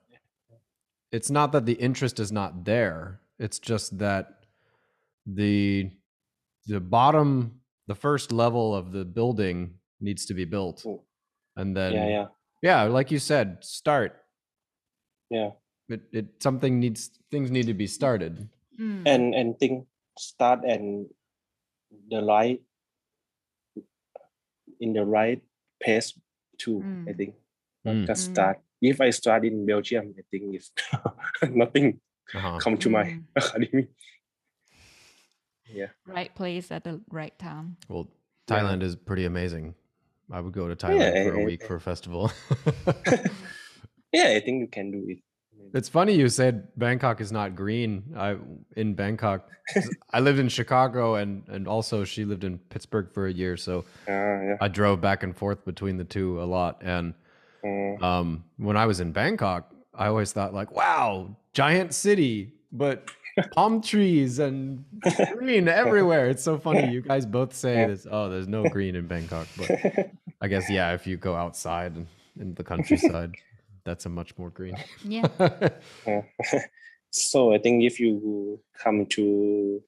A: it's not that the interest is not there it's just that the the bottom the first level of the building needs to be built
C: Mm.
A: and then
C: yeah, yeah,
A: yeah, like you said start
C: yeah.
A: it, it something needs things need to be started
B: Mm.
C: And and think start and the right in the right pace too. I
B: Mm.
C: think. not
A: Mm.
C: just
B: Mm.
C: start. If I start in Belgium, I think it's nothing
A: uh-huh.
C: come to my
B: Mm.
C: academy. Yeah,
B: Right place at the right time.
A: well
C: Yeah.
A: thailand is pretty amazing i would go to thailand for
C: I-
A: a
C: I-
A: week for a festival
C: yeah, I think you can do it.
A: It's funny you said Bangkok is not green. I in Bangkok, 'cause I lived in Chicago and and also she lived in Pittsburgh for a year, so
C: Ah, yeah.
A: I drove back and forth between the two a lot. And
C: Mm,
A: um, when I was in Bangkok, I always thought like, "Wow, giant city, but palm trees and green everywhere." It's so funny. You guys both say
C: Yeah.
A: this. Oh, there's no green in Bangkok, but I guess yeah, if you go outside and in the countryside, that's a much more green. Oh,
B: Yeah.
C: so I think if you come to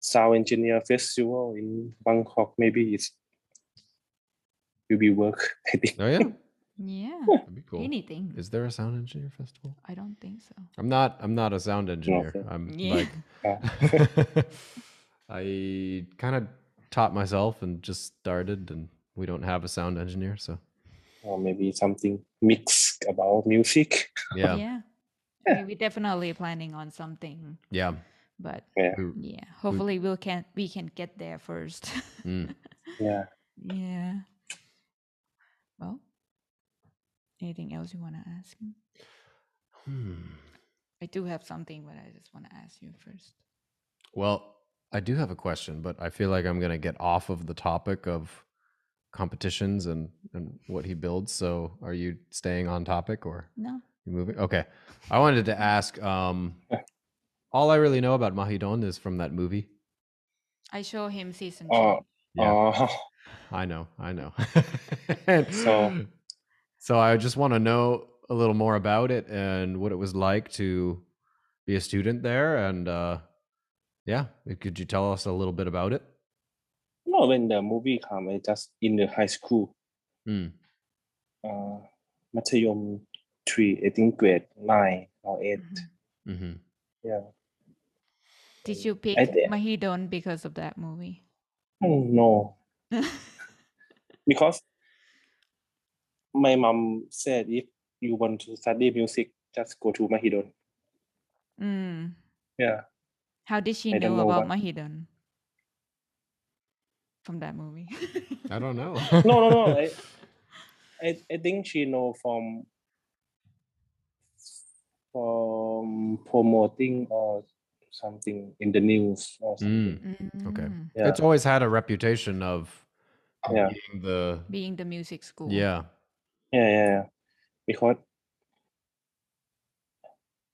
C: Sound Engineer Festival in Bangkok, maybe it's will be work. I think.
A: oh yeah,
B: Yeah.
A: that'd be cool.
B: Anything.
A: Is there a sound engineer festival?
B: I don't think so.
A: I'm not. I'm not a sound engineer.
C: sir.
A: I'm
B: Yeah.
A: like, I kind of taught myself and just started, and we don't have a sound engineer, so
C: or maybe something mixed about music.
A: yeah, yeah.
B: I
C: Yeah.
B: mean, we're definitely planning on something, but
A: We-
B: yeah, hopefully we'll can we can get there first.
A: Mm.
C: Yeah.
B: yeah. Well, anything else you want to ask? me?
A: Hmm.
B: I do have something, but I just want to ask you first.
A: Well, I do have a question, but I feel like I'm gonna get off of the topic of competitions and and what he builds. So, are you staying on topic or?
B: No.
A: You're moving. Okay. I wanted to ask. Um, all I really know about Mahidon is from that movie.
B: I show him season two.
C: Oh,
A: Yeah.
C: oh,
A: I know. I know.
C: So-
A: so I just want to know a little more about it and what it was like to be a student there. And uh, yeah, could you tell us a little bit about it?
C: No, when the movie come, I just in the high school,
A: Mm.
C: uh, มัธยม three, I think grade nine or 8
B: Mhm.
A: hmm
C: Yeah.
B: Did you pick
C: thi-
B: Mahidol because of that movie?
C: Oh, no, because my mom said if you want to study music, just go to Mahidol.
B: Mm.
C: Yeah.
B: How did she
C: I don't
B: know,
C: know
B: about
C: what-
B: Mahidol? From that movie.
A: I don't know.
C: No, no, no. I, I, I think she know from from promoting or something in the news or
A: Hmm.
C: something.
A: Okay.
B: Mm,
C: Yeah. Oh,
A: It's always had a reputation of
C: Yeah.
A: being the
B: Being the music school.
A: yeah.
C: Yeah, yeah, yeah. Because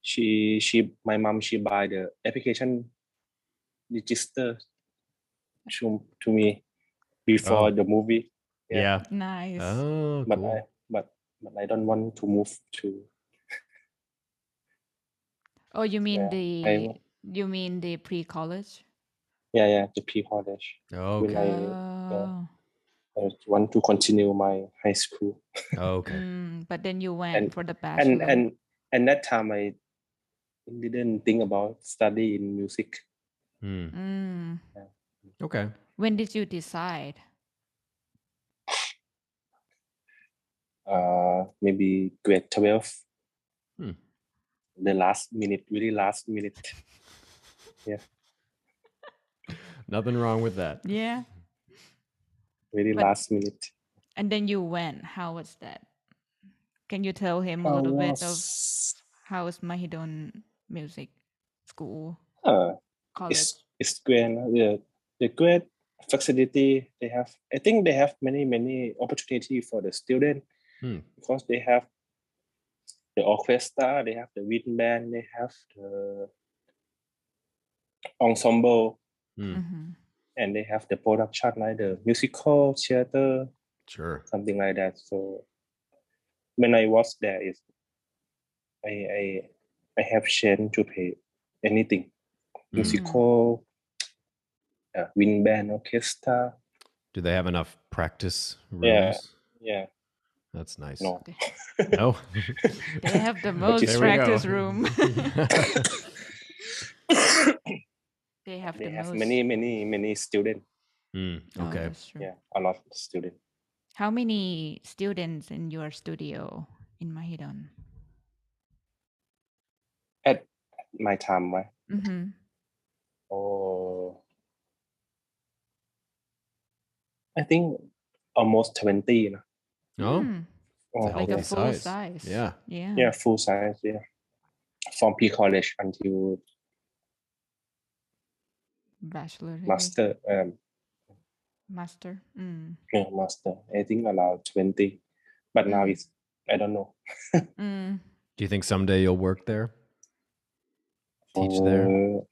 C: she she my mom she buy the application register to to me before
A: Oh.
C: the movie.
A: yeah,
C: Yeah.
B: Nice.
A: Oh,
C: But
A: cool.
C: I but but I don't want to move to
B: oh, you mean
C: yeah,
B: the
C: I-
B: you mean the pre-college?
C: yeah yeah to P college.
A: okay.
C: I-
B: Oh.
C: I want to continue my high school.
A: Okay.
B: Mm, but then you went
C: And-
B: for the bachelor.
C: And and and that time I didn't think about study in music.
A: Mm.
B: Mm.
A: Okay.
B: When did you decide?
C: Uh, maybe grade twelve.
A: Hmm.
C: The last minute, really last minute.
A: Nothing wrong with that.
B: Yeah.
C: really
B: But-
C: last minute.
B: And then you went. How was that? Can you tell him a little bit of how was Mahidol music school
C: uh,
B: college?
C: it's it's great. no? The the great flexibility they have. I think they have many many opportunity for the student
A: Hmm.
C: because they have the orchestra, they have the wind band, they have the ensemble,
A: Mm.
B: Mhm.
C: and they have the production like the musical theater,
A: Sure.
C: something like that. So when I was there, is I I I have chance to pay anything.
A: Mm.
C: musical,
B: Mm.
C: uh, wind band orchestra.
A: Do they have enough practice rooms?
C: Yeah. Yeah,
A: That's nice.
C: no.
A: No?
B: They have the
C: Which
B: most
C: is-
A: There we
B: practice
A: go.
B: room. they have
C: they
B: the
C: have
B: most.
C: many, many, many students.
A: Mm,
B: Oh,
A: Okay.
B: that's true.
C: Yeah, a lot of students.
B: How many students in your studio in Mahidol?
C: My time, right?
B: Mm-hmm.
C: Oh, I think almost twenty. No?
B: Hmm.
A: Oh,
C: Oh,
A: It's a
B: like
A: healthy
B: a
C: yeah.
B: full
A: size.
B: size.
A: Yeah.
B: Yeah.
C: yeah, full size. Yeah, from pre college
B: Mm.
C: until
B: Bachelor. degree.
C: master. Um,
B: Master. Mm.
C: yeah, master. I think around twenty, but now
B: Mm.
C: it's I don't know.
B: Mm.
A: Do you think someday you'll work there? Teach there?
C: Uh,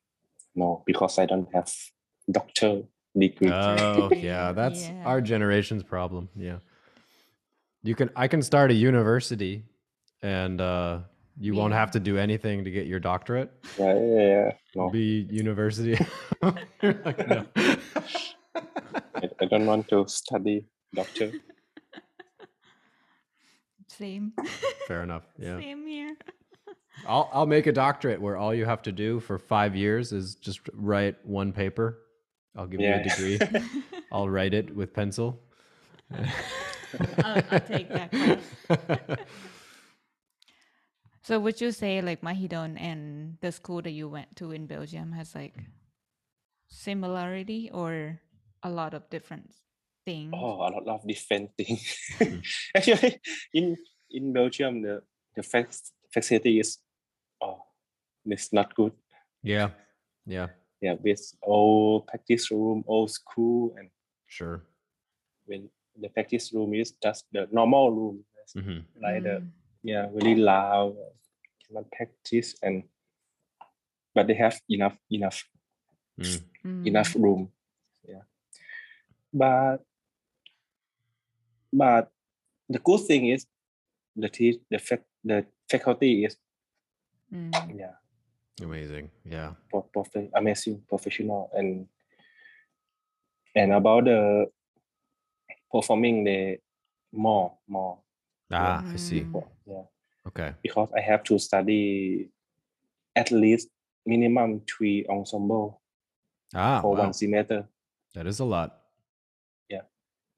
C: No, because I don't have doctor degree.
A: Oh, yeah. That's
B: Yeah.
A: our generation's problem. Yeah. You can, I can start a university and uh, you won't have
B: Yeah.
A: to do anything to get your doctorate.
C: Yeah, yeah, yeah. No,
A: Be university. You're like, no.
C: I, I don't want to study doctor.
B: Same.
A: Fair enough. Yeah.
B: Same here.
A: I'll I'll make a doctorate where all you have to do for five years is just write one paper. I'll give you
C: Yeah.
A: a degree. I'll write it with pencil.
B: I'll take that class. So would you say like Mahidon and the school that you went to in Belgium has like similarity or a lot of different things?
C: Oh, a lot of different things.
A: Mm.
C: Actually, in in Belgium, the the fac- facility is oh, it's not good.
A: yeah. Yeah.
C: Yeah, with old practice room, old school, and
A: Sure.
C: when the practice room is just the normal room,
A: hmm
C: like the
B: Mm.
C: yeah, really loud, cannot practice, and but they have enough enough enough
B: Mm.
C: room. Yeah. But but the good thing is the teach the fac- the faculty is
B: Mm.
C: yeah
A: Amazing. Yeah.
C: pro- prof- amazing professional and and about the performing the more more
A: Ah, I see.
B: Mm.
C: yeah
A: Okay.
C: because I have to study at least minimum three ensemble
A: Ah,
C: for
A: wow.
C: one semester.
A: that is a lot.
C: Yeah.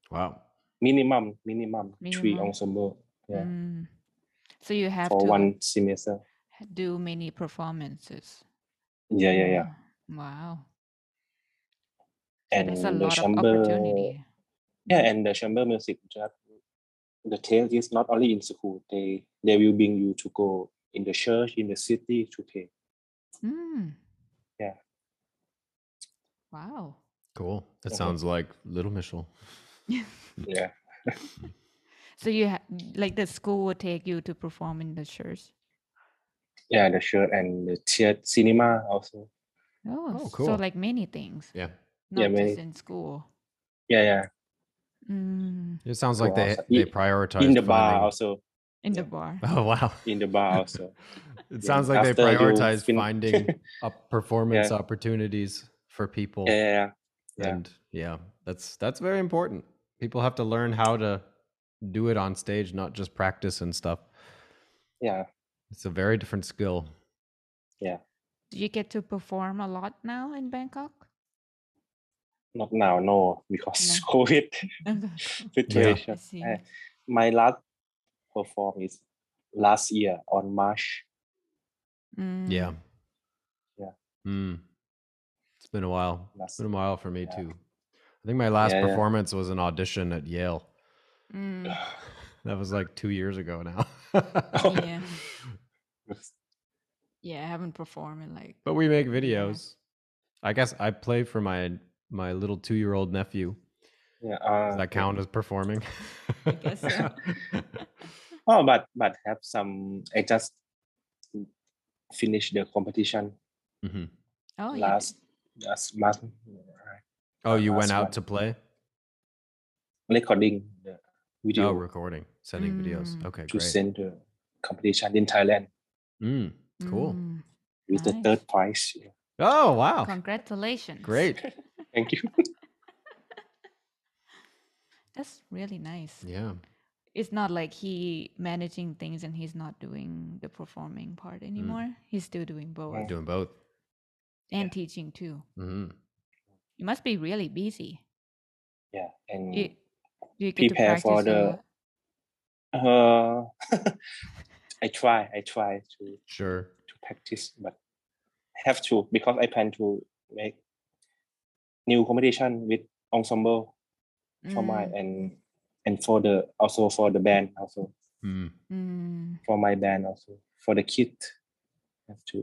A: Wow.
C: Minimum, minimum, three
B: Minimum.
C: ensemble. Yeah,
B: Mm. So you have
C: for
B: to
C: one semester.
B: do many performances.
C: Yeah, yeah, yeah.
B: Mm. Wow. So
C: And
B: there's a
C: the
B: lot of
C: chamber,
B: opportunity.
C: yeah, and the chamber music that the tail is not only in school. They they will bring you to go in the church in the city to play.
B: Mm.
C: Yeah.
B: Wow.
A: Cool. That
C: Mhm.
A: sounds like Little Mitchell.
C: Yeah,
B: So you ha- like the school will take you to perform in the church.
C: yeah, the church and the theater, cinema also.
B: Oh,
A: Oh,
B: s- So
A: cool.
B: like many things,
A: Yeah.
B: not
C: Yeah,
B: just
C: many-
B: in school.
C: Yeah, yeah.
B: Mm.
A: It sounds like
C: Wow.
A: they
C: So e,
A: they
C: i-
A: prioritize
C: In the bar
A: finding.
C: also.
B: In
C: Yeah.
B: the bar.
A: Oh wow.
C: In the bar also.
A: It
C: Yeah,
A: sounds like they
C: after you
A: prioritize
C: fin-
A: finding up performance opportunities for people.
C: Yeah, yeah, yeah. Eh, yeah.
A: And yeah, that's that's very important. People have to learn how to do it on stage, not just practice and stuff.
C: yeah
A: It's a very different skill.
B: Do you get to perform a lot now in Bangkok?
C: not now no because covid
B: I
C: situation
B: see.
C: Uh, my last perform is last year on march
A: Yeah.
B: Mm.
C: Yeah.
A: Mm. It's been a while. It's
C: Last-
A: been a while for me
C: yeah.
A: too. I think my last
C: Yeah, yeah.
A: performance was an audition at Yale.
B: Mm.
A: That was like two years ago now.
B: Yeah. Yeah, I haven't performed in like.
A: but we make videos. I guess I play for my my little two year old nephew.
C: yeah uh,
A: Does that count as performing? I
B: guess so.
C: oh but but have some i just finished the competition
A: Mm-hmm.
B: Oh, you
C: last
B: did-
C: last month
A: Oh, you
C: Last
A: went out
C: one.
A: to play?
C: recording the
A: Oh,
C: video
A: recording, sending videos.
B: Mm.
A: Okay,
C: to
A: great.
C: send the competition in thailand
A: Mm, cool.
B: Mm.
C: with the
B: Nice.
C: third prize Yeah.
A: Oh, wow.
B: Congratulations.
A: Great.
C: thank you
B: That's really nice.
A: Yeah.
B: It's not like he managing things and he's not doing the performing part
A: Mm.
B: anymore. He's still doing both
C: Right.
A: Doing both.
B: and teaching too.
A: hmm
B: You must be really busy.
C: yeah and
B: You, you get to
C: Mm. prepare
B: practice
C: for
B: a
C: the-
B: lot.
C: Uh, I try, I try to to
A: Sure.
C: practice, but have to because I plan to make new competition with ensemble for my
B: Mm,
C: and and for the also for the band also
A: Mm.
B: mm.
C: for my band also for the kid have to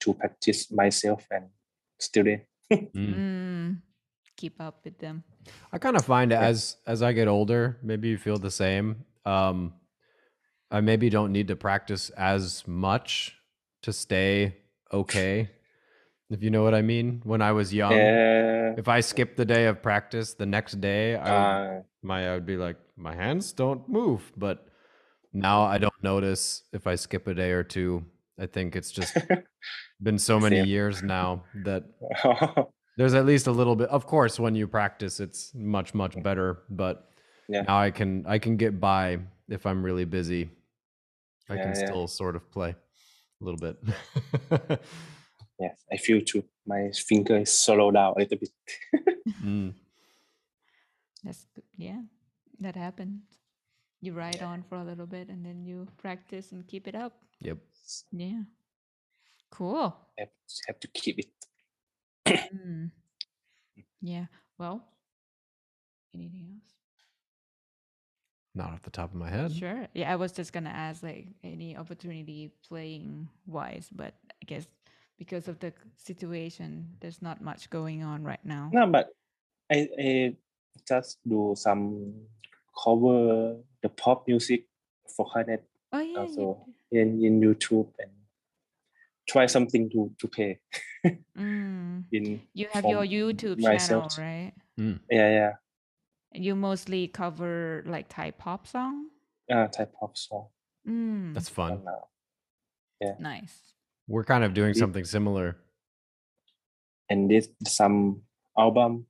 C: to practice myself and student.
A: Mm.
B: Mm. Keep up with them.
A: I kind of find
C: Yeah.
A: as as I get older, maybe you feel the same. Um, I maybe don't need to practice as much to stay okay, if you know what I mean. When I was young,
C: Uh,
A: if I skipped the day of practice, the next day I would,
C: uh,
A: my I would be like my hands don't move. But now I don't notice if I skip a day or two. I think it's just been so many
C: Same.
A: years now that
C: Uh,
A: there's at least a little bit of course when you practice it's much much better but
C: Yeah.
A: now i can i can get by if i'm really busy i
C: Yeah,
A: can
C: yeah.
A: still sort of play a little bit
C: yes, I feel too. My finger is slow down a little bit.
A: Mm,
B: That's good. Yeah, that happens. You ride on for a little bit and then you practice and keep it up.
A: yep
B: Yeah. Cool.
C: Have, have to keep it.
B: Mm. Yeah. Well, anything else?
A: not off the top of my head
B: Sure. Yeah, I was just gonna ask like any opportunity playing wise, but I guess because of the c- situation, there's not much going on right now.
C: No, but I, I just do some cover the pop music for Kainet
B: Oh yeah. you
C: also
B: d-
C: in, in YouTube and try something to, to pay
B: Mm.
C: in
B: You have
C: from
B: your YouTube channel,
C: myself.
B: right?
C: yeah
B: And you mostly cover like Thai pop song.
C: yeah uh, type of song
B: Mm.
A: that's
C: for
A: fun
C: now.
B: nice.
A: we're kind of doing
C: Indeed.
A: something similar
C: and this some album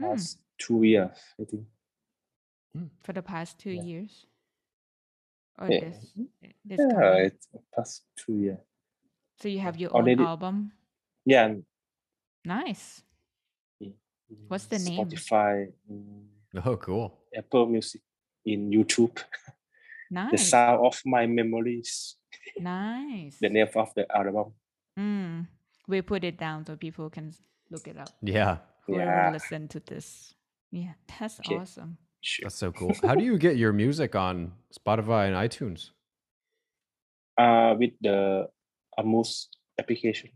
B: Hmm.
C: last two years, I think.
B: for the past two
C: Yeah.
B: years? Or
C: Yeah.
B: Oh,
C: Mm-hmm.
B: this, this
C: Yeah,
B: coming?
C: it's past two years.
B: So you have your
C: or
B: own
C: did it-
B: album?
C: Yeah. and
B: Nice.
C: in
B: What's the name?
C: Spotify, in
A: Oh, cool.
C: Apple Music, in YouTube. The
B: Nice.
C: sound of my memories.
B: Nice.
C: The name of the album.
B: Mm. We put it down so people can s- look it up.
A: Yeah,
B: Whoever
C: Yeah.
B: listen to this. Yeah, that's
C: Okay.
B: awesome.
C: Sure.
A: that's so cool. How do you get your music on Spotify and iTunes?
C: Uh, with the Amus application.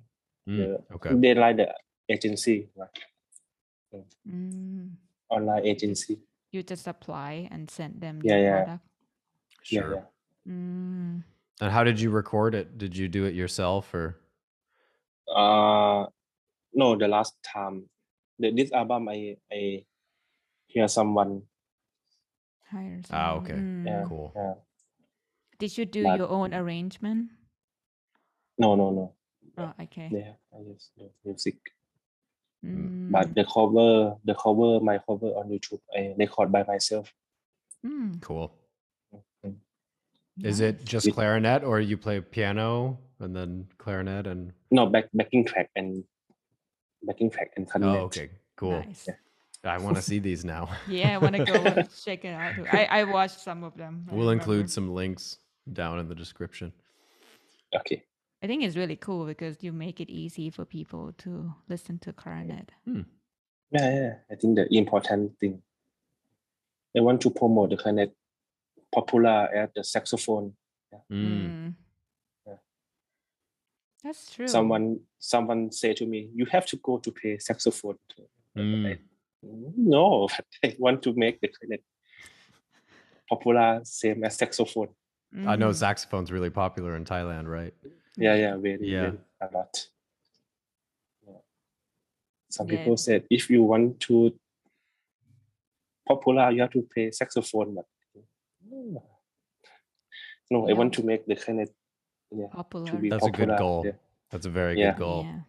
A: Mm, Okay.
C: They like the agency, like
B: Mm.
C: online agency.
B: You just apply and send them
C: Yeah,
B: the
C: yeah.
B: product.
C: Yeah,
A: Sure.
C: yeah.
B: Mm.
A: And how did you record it? Did you do it yourself or?
C: Uh, no, the last time, the, this album, I I hear someone.
B: Hire
A: Ah,
B: someone.
A: okay.
B: Mm.
A: Cool.
C: Yeah.
B: Did you do
C: But-
B: your own arrangement?
C: No, no, no.
B: Oh, okay.
C: Yeah, I just do music.
A: Mm.
C: But
B: Mm.
C: the cover, the cover, my cover on YouTube, I record by myself.
B: Mm,
A: Cool. Is it
B: nice.
A: just
C: With-
A: clarinet or you play piano and then clarinet and?
C: No, back backing track and backing track and
A: Oh,
C: clarinet.
A: okay. Cool.
B: Nice.
A: I want to see these now.
B: Yeah, I want to go check it out. too. I, I watched some of them. I
A: we'll
B: remember.
A: include some links down in the description.
C: Okay.
B: I think it's really cool because you make it easy for people to listen to clarinet.
C: Yeah, yeah. I think the important thing. I want to promote the clarinet popular as the saxophone.
A: Mm.
B: Mm.
C: Yeah.
B: That's true.
C: Someone someone say to me, you have to go to play saxophone.
A: Mm.
C: No, I want to make the clarinet popular, same as saxophone.
A: I know
B: Mm.
A: saxophone's really popular in Thailand, right?
C: Yeah, yeah, very,
A: Yeah.
C: very a lot. Yeah. Some
B: Yeah.
C: people said if you want to popular, you have to play saxophone. But no, no I want
B: Yeah.
C: to make the kind of yeah
B: popular.
C: to be
A: That's a good
C: popular.
A: goal.
C: Yeah.
A: That's a very
C: Yeah.
A: good goal.
B: Yeah.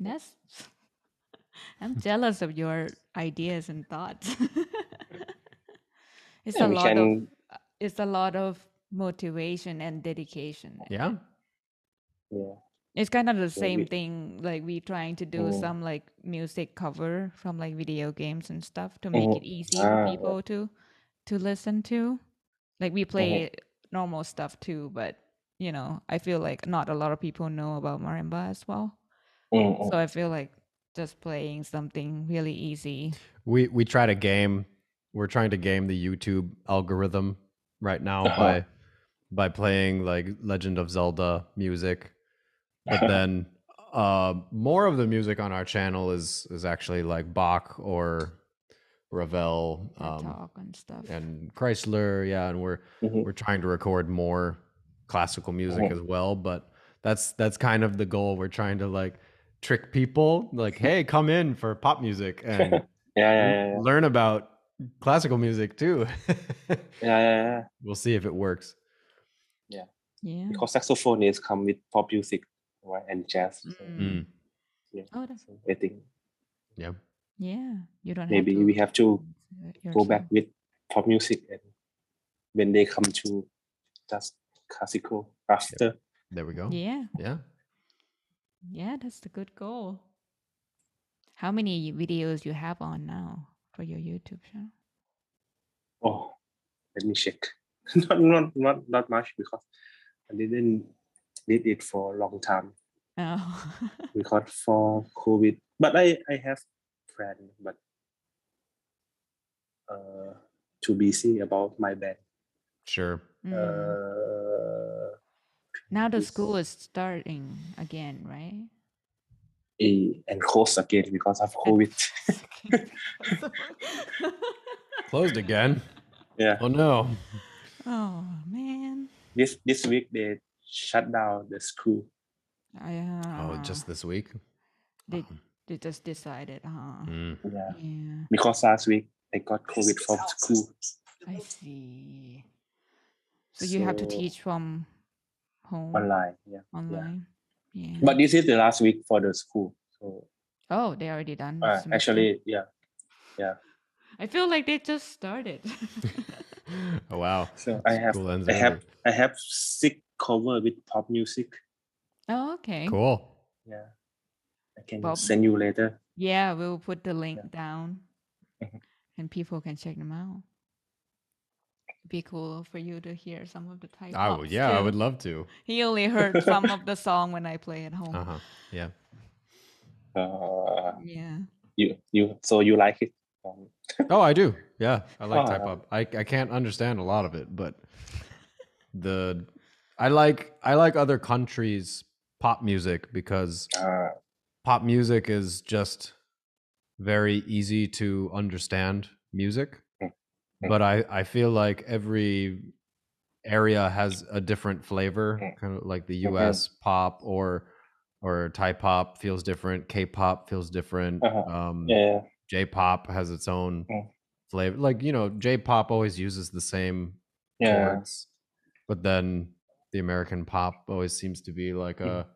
B: That's. I'm jealous of your ideas and thoughts. it's
C: Yeah,
B: a
C: we
B: lot of
C: can
B: it's a lot of motivation and dedication.
A: Yeah.
C: yeah
B: It's kind of the same
C: we-
B: thing like we trying to do
C: Mm.
B: some like music cover from like video games and stuff to make
C: Mhm.
B: it easy
C: Ah, Uh-huh.
B: for
C: yeah.
B: people to to listen to. Like we play normal stuff too, but you know, I feel like not a lot of people know about marimba as well.
C: Mm, mm.
B: So I feel like just playing something really easy.
A: We we try to game. We're trying to game the YouTube algorithm right now
C: Uh-huh.
A: by by playing like Legend of Zelda music. But then uh more of the music on our channel is is actually like Bach or Ravel
B: to
A: um,
B: talk and stuff.
A: and Chrysler, yeah, and we're
C: Mhm.
A: we're trying to record more classical music
C: Mhm.
A: as well, but that's that's kind of the goal. We're trying to like trick people like, "Hey, come in for pop music and
C: yeah yeah yeah,
A: learn about classical music too."
C: yeah, yeah, yeah.
A: we'll see if it works.
B: yeah.
C: because saxophone is come with pop music right and jazz so,
B: Mm.
A: Mm,
B: Oh, that-
C: so I think
A: Yeah.
B: yeah. You don't
C: maybe
B: have to
C: we have to
B: do it
C: go back
B: yourself.
C: with pop music and when they come to just classical after
A: There we go.
B: Yeah.
A: Yeah.
B: Yeah, that's the good goal. How many videos you have on now for your YouTube channel?
C: oh let me check not, not not not much because i didn't did it for a long time
B: Oh,
C: because for covid but i i have plan but uh too busy about my band
A: Sure.
B: Mm.
C: uh
B: now the
C: this-
B: school is starting again, right?
C: eh, and course again because of covid
A: Closed again.
C: yeah
A: Oh no.
B: oh man,
C: this this week they shut down the school
B: I,
A: Oh,
B: uh,
A: just this week.
B: they, they just decided, huh?
A: Mm,
C: yeah
B: Yeah,
C: because last week I got COVID from school.
B: I see. So, you have to
C: So,
B: teach from home
C: online. Yeah.
B: online. Yeah,
C: But this is the last week for the school. So
B: Oh, they already done.
C: Uh,
B: semester?
C: actually, yeah,
B: I feel like they just started.
A: oh wow.
C: So I have-
A: School ends
C: I have-
A: early.
C: I have six cover with pop music.
B: oh, okay.
A: Cool.
C: Yeah, I can
B: Pop.
C: send you later.
B: Yeah, Mm-hmm. we'll put the link
C: Yeah.
B: down
C: Mhm.
B: and people can check them out. It'd be cool for you to hear some of the Thai
A: I
B: pops
A: would. Yeah, I
B: too.
A: would love to.
B: He only heard some of the song when I play at home.
A: Uh huh. Yeah.
C: Uh,
B: Yeah.
C: you you so you like it? Um,
A: Oh, I do. Yeah, I like
C: Oh,
A: type
C: yeah.
A: up. I I can't understand a lot of it, but the I like I like other countries pop music because
C: uh,
A: pop music is just very easy to understand music.
C: Mm, mm.
A: But I I feel like every area has a different flavor,
C: Mm.
A: kind of like the
C: Mhm.
A: US pop or or Thai pop feels different, K-pop feels different.
C: Uh-huh.
A: Um
C: yeah,
A: J-pop has its own
C: Mm.
A: flavor. Like you know, J-pop always uses the same
C: yeah,
A: chords, but then the American pop always seems to be like
C: Mm.
A: a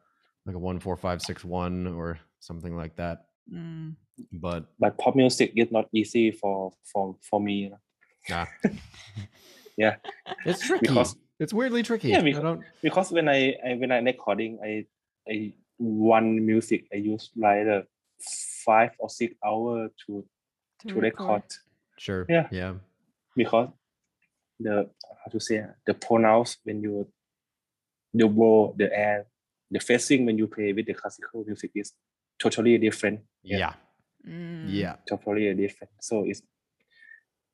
A: like a one four five six one or something like that.
B: Mm.
A: But
C: but pop music is not easy for for for me. you know.
A: nah,
C: Yeah.
A: it's tricky.
C: Because-
A: it's weirdly tricky.
C: Yeah,
A: I
C: because-
A: don't.
C: because when I, I when I recording, I I one music I use like uh, five or six hour to to record
A: Sure.
C: Yeah.
A: Yeah.
C: because the how to say uh, the pronounce when you the word the air the facing when you play with the classical music is totally different. Yeah.
A: Yeah. Yeah.
B: Mm.
C: totally different. So it's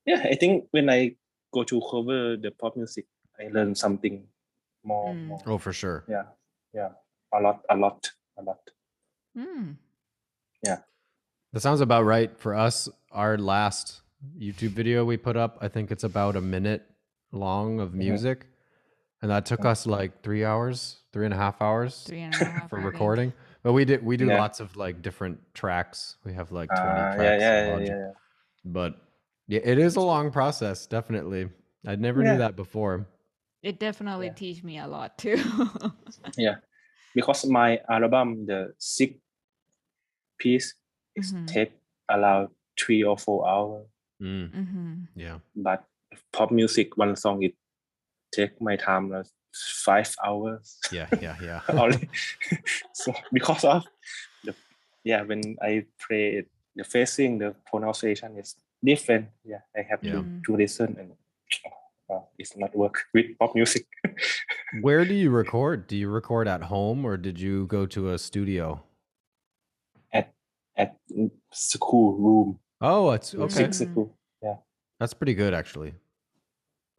C: yeah, I think when I go to cover the pop music, I learn something more.
B: Mm.
C: more.
A: Oh, for sure.
C: Yeah, yeah, a lot, a lot, a lot.
B: Mm.
A: That sounds about right for us. Our last YouTube video we put up, I think it's about a minute long
C: Mm-hmm.
A: of music, and that took
C: Mhm.
A: us like three hours, three and a half hours
B: Three and a half.
A: for
B: I think.
A: recording. But we did we do
C: Yeah.
A: lots of like different tracks. We have like
C: Uh,
A: twenty tracks.
C: yeah,
A: of
C: yeah, yeah,
A: Logic.
C: yeah.
A: But yeah, it is a long process, definitely. I never
C: Yeah.
A: knew that before.
B: It definitely
C: Yeah.
B: teach me a lot too.
C: Because my album, the six piece, is
A: Mm-hmm.
B: Mhm.
C: take around three or four hours,
A: Mm,
B: hmm
A: yeah.
C: but pop music one song it take my time like five hours.
A: Yeah. Yeah. Yeah.
C: only so because of the yeah when i play it the facing the pronunciation is different yeah i have
A: Yeah.
C: to
B: Mm.
C: to listen and uh, it's not work with pop music
A: Where do you record? Do you record at home or did you go to a studio?
C: at school room
A: Oh, it's
C: room
A: okay.
C: six
B: Mm.
C: school
A: That's pretty good actually.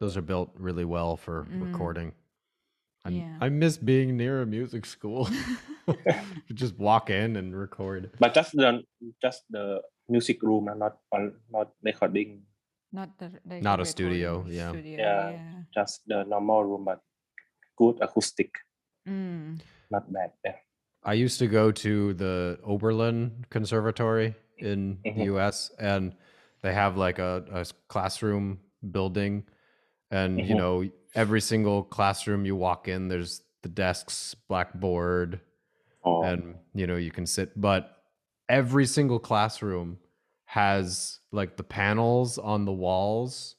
A: Those are built really well for
B: Mm.
A: recording. I,
B: Yeah.
A: I miss being near a music school. Just walk in and record.
C: but just the just the music room and not on not recording
B: Not the like
A: Not
B: the
A: a studio,
B: recording
A: yeah.
B: Studio,
C: Yeah.
B: yeah.
C: just the normal room but good acoustic
B: Mm.
C: not bad yeah
A: I used to go to the Oberlin Conservatory in the
C: Mhm.
A: US and they have like a, a s- classroom building and you
C: Mhm.
A: know every single classroom you walk in there's the desks, blackboard
C: oh
A: and you know you can sit but every single classroom has like the panels on the walls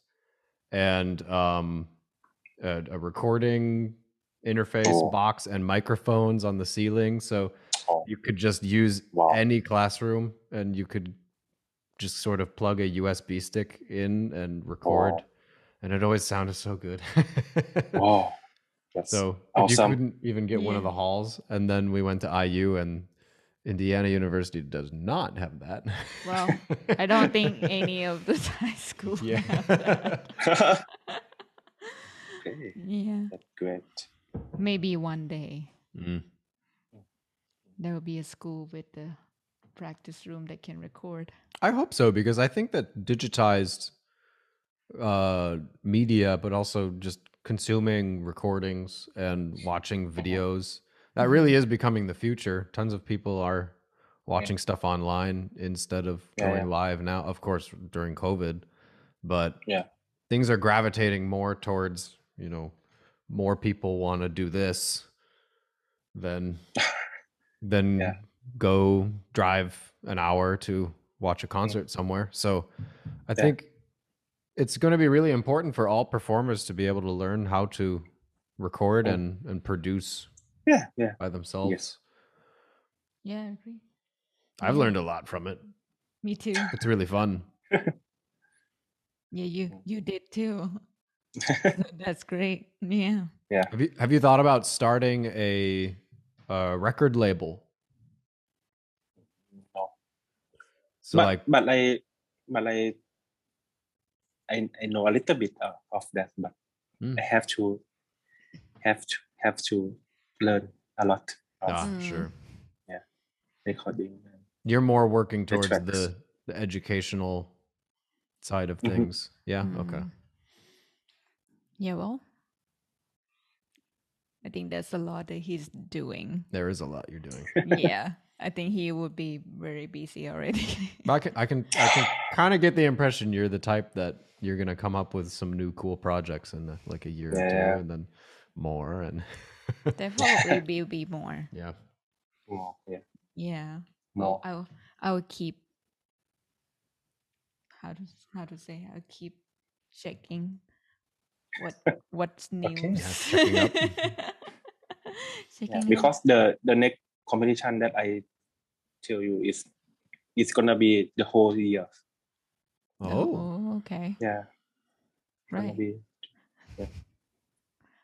A: and um a, a recording interface
C: Oh.
A: box and microphones on the ceiling so
C: Oh.
A: you could just use
C: wow
A: any classroom and you could just sort of plug a USB stick in and record
C: Oh.
A: and it always sounded so good
C: wow that's
A: so but
C: Awesome.
A: you couldn't even get one of
B: Yeah.
A: the halls and then we went to IU and Indiana University does not have that
B: Well, I don't think any of the high school.
A: Yeah.
B: have that.
C: okay
B: yeah.
C: that's great
B: Maybe one day
A: Mm.
B: there will be a school with the practice room that can record.
A: I hope so because I think that digitized uh, media, but also just consuming recordings and watching
B: Uh-huh.
A: videos,
B: Mm-hmm.
A: that really is becoming the future. Tons of people are watching stuff online instead of
C: Yeah,
A: going
C: yeah.
A: live now. Of course, during COVID, but
C: Yeah.
A: things are gravitating more towards you know more people want to do this than than
C: Yeah.
A: go drive an hour to watch a concert somewhere. So I
C: Yeah.
A: think it's going to be really important for all performers to be able to learn how to record
C: Mm.
A: and, and produce
C: yeah yeah
A: by themselves.
B: Yeah, I agree.
A: I've
B: Yeah.
A: learned a lot from it.
B: Me too.
A: It's really fun.
B: Yeah, you you did too.
C: yeah
B: So That's great. Yeah.
A: Have you have you thought about starting a, a record label?
C: No.
A: So
C: but,
A: like
C: but I but I, I I know a little bit of, of that, but
A: Mm.
C: I have to have to have to learn a lot of
A: ah,
B: Mm.
A: sure.
C: recording.
A: You're more working towards
C: tracks.
A: the, the educational side of
C: Mhm.
A: things. Yeah. Okay.
B: Mm. Yeah, well, I think that's a lot that he's doing.
A: There is a lot you're doing.
B: yeah, I think he would be very busy already.
A: But I can I can I can kind of get the impression you're the type that you're gonna come up with some new cool projects in uh, like a year or
C: Yeah.
A: two, and then more, and
B: there probably will be more.
A: yeah.
C: More, yeah,
B: Yeah.
C: more.
B: I will, I will keep. How to s- how to say? I'll keep checking. What what's new?
C: Okay.
A: Yeah, checking up.
C: Yeah,
B: Checking up.
C: because the the next competition that I tell you is it's gonna be the whole year.
A: Oh,
B: okay.
C: Yeah, it's gonna
B: Right.
C: be-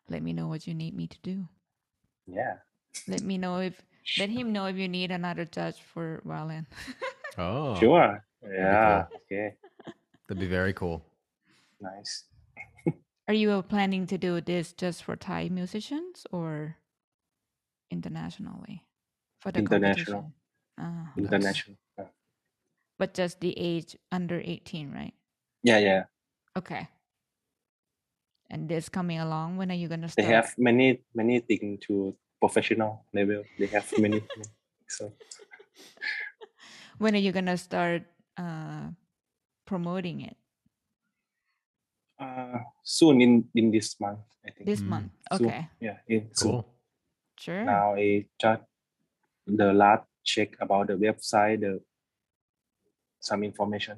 B: Let me know what you need me to do.
C: yeah.
B: Let me know if let him know if you need another judge for violin.
A: oh,
C: Sure.
A: be
C: Yeah. Okay.
A: That'd be very cool.
C: Nice.
B: Are you uh, planning to do this just for Thai musicians or internationally for the
C: International.
B: competition? Ah,
A: Nice.
C: International. Yeah.
B: but just the age under eighteen, right?
C: Yeah, yeah.
B: Okay. And this coming along, when are you gonna
C: They
B: start?
C: have many many things to professional level. They have many. thing. so
B: when are you gonna start uh, promoting it?
C: uh, soon in in this month, I think.
B: This
A: Mm,
B: month.
C: soon.
B: Okay.
C: Yeah. In, soon.
A: Cool.
B: Sure.
C: Now I just the last check about the website, the some information.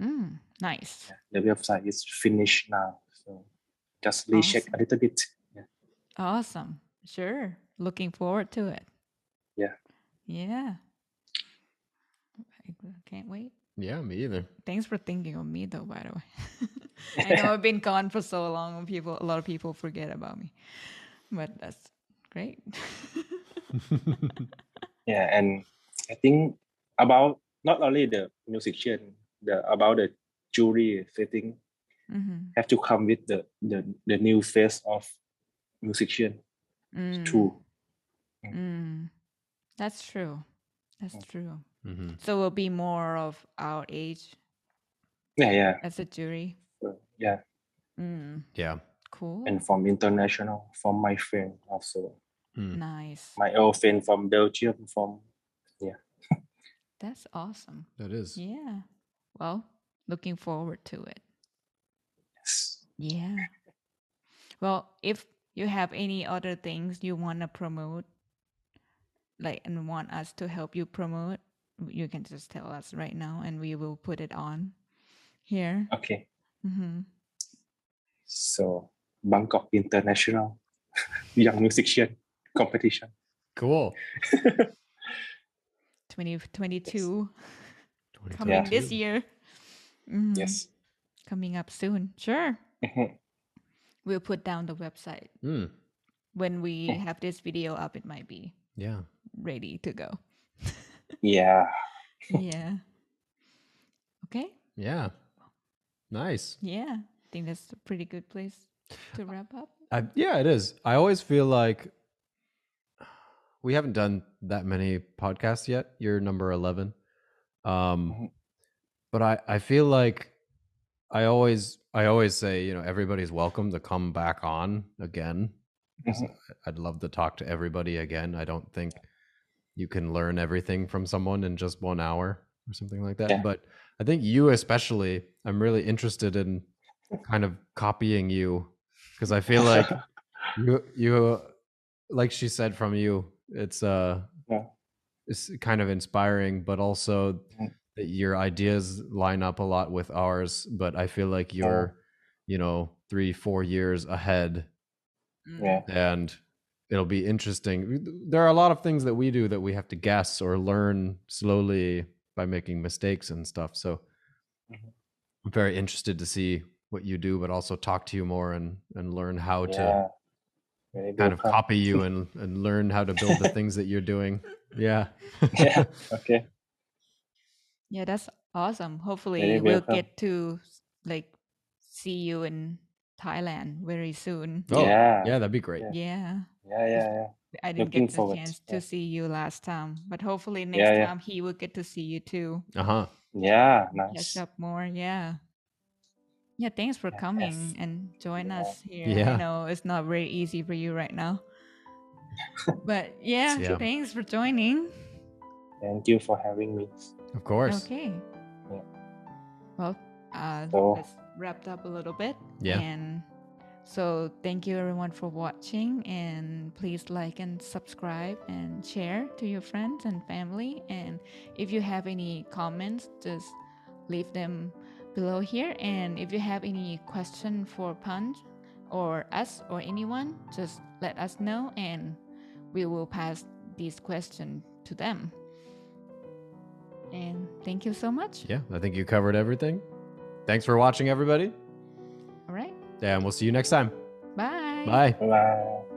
B: Mm, nice.
C: The website is finished now, so just recheck
B: Awesome.
C: a little bit. Yeah.
B: Awesome. Sure. Looking forward to it.
C: Yeah.
B: Yeah. I g- can't wait.
A: Yeah, me either.
B: Thanks for thinking of me though, by the way. I know I've been gone for so long and people a lot of people forget about me. But that's great.
A: Mm-hmm.
C: Yeah, and I think about not only the musician, the about the jury setting
B: Mhm.
C: have to come with the the, the new face of musician
B: Mm,
C: too.
B: mm. That's true. That's true.
A: hmm
B: So we'll be more of our age
C: Yeah, yeah,
B: as a jury.
C: so, yeah,
B: Mm,
A: Yeah.
B: cool.
C: and from international, from my friend also,
A: Mm.
B: nice.
C: my old friend from Belgium, from
B: That's awesome.
A: That is.
B: Yeah. Well, looking forward to it. Yeah. Well, if you have any other things you want to promote, like, and want us to help you promote, you can just tell us right now and we will put it on here.
C: okay,
B: hmm
C: so Bangkok International Young Musician Competition.
A: Cool.
B: 2022 coming
A: 2022.
B: this year. Mhm.
C: Yes.
B: Coming up soon. Sure.
C: Mhm.
B: We'll put down the website.
A: Mm.
B: When we
C: Mm.
B: have this video up, it might be
A: Yeah.
B: ready to go.
C: yeah.
B: yeah. Okay.
A: Yeah. Nice.
B: Yeah, I think that's a pretty good place
A: Uh,
B: to wrap up.
A: I, yeah, it is. I always feel like we haven't done that many podcasts yet. You're number 11. Um,
C: Mhm.
A: but I, I feel like I always, I always say, you know, everybody's welcome to come back on again. So I'd love to talk to everybody again. I don't think you can learn everything from someone in just one hour or something like that.
C: Yeah.
A: But I think you, especially, I'm really interested in kind of copying you because I feel like you, you, like she said from you, it's uh,
C: Yeah.
A: is kind of inspiring, but also
C: Mm.
A: that your ideas line up a lot with ours. But I feel like you're, you know, three, four years ahead
B: Mm.
C: Yeah.
A: and it'll be interesting. There are a lot of things that we do that we have to guess or learn slowly by making mistakes and stuff. So
C: Mhm.
A: I'm very interested to see what you do, but also talk to you more and and learn how to
C: yeah. Very
A: kind
C: good,
A: of
C: huh?
A: copy you and and learn how to build the things that you're doing. Yeah.
C: yeah. Okay.
B: Yeah, that's awesome. Hopefully
C: Very
B: we'll
C: welcome.
B: get to s- like see you in Thailand very soon.
A: Oh,
C: Yeah.
A: Yeah, that'd be great.
C: Yeah.
B: Yeah.
C: Yeah. Yeah. Yeah.
B: I didn't
C: Looking
B: get the
C: forward,
B: chance
C: yeah.
B: to see you last time, but hopefully next
C: yeah.
B: time he will get to see you too.
A: Uh-huh.
C: Yeah.
B: Catch
C: Nice.
B: up more. Yeah. Yeah, thanks for
C: Yeah,
B: coming
C: yes.
B: and join
C: Yeah.
B: us here.
A: Yeah.
B: I know it's not very easy for you right now. But yeah,
A: Yeah.
B: thanks for joining.
C: Thank you for having me.
A: Of course.
B: Okay.
C: Yeah.
B: Well, uh,
C: So-
B: let's wrap it up a little bit.
A: Yeah.
B: And so thank you everyone for watching and please like and subscribe and share to your friends and family and if you have any comments just leave them below here and if you have any question for Punch or us or anyone just let us know and we will pass these questions to them. And thank you so much.
A: Yeah, I think you covered everything. Thanks for watching everybody,
B: All right.
A: and we'll see you next time.
B: Bye.
A: Bye.
C: Bye.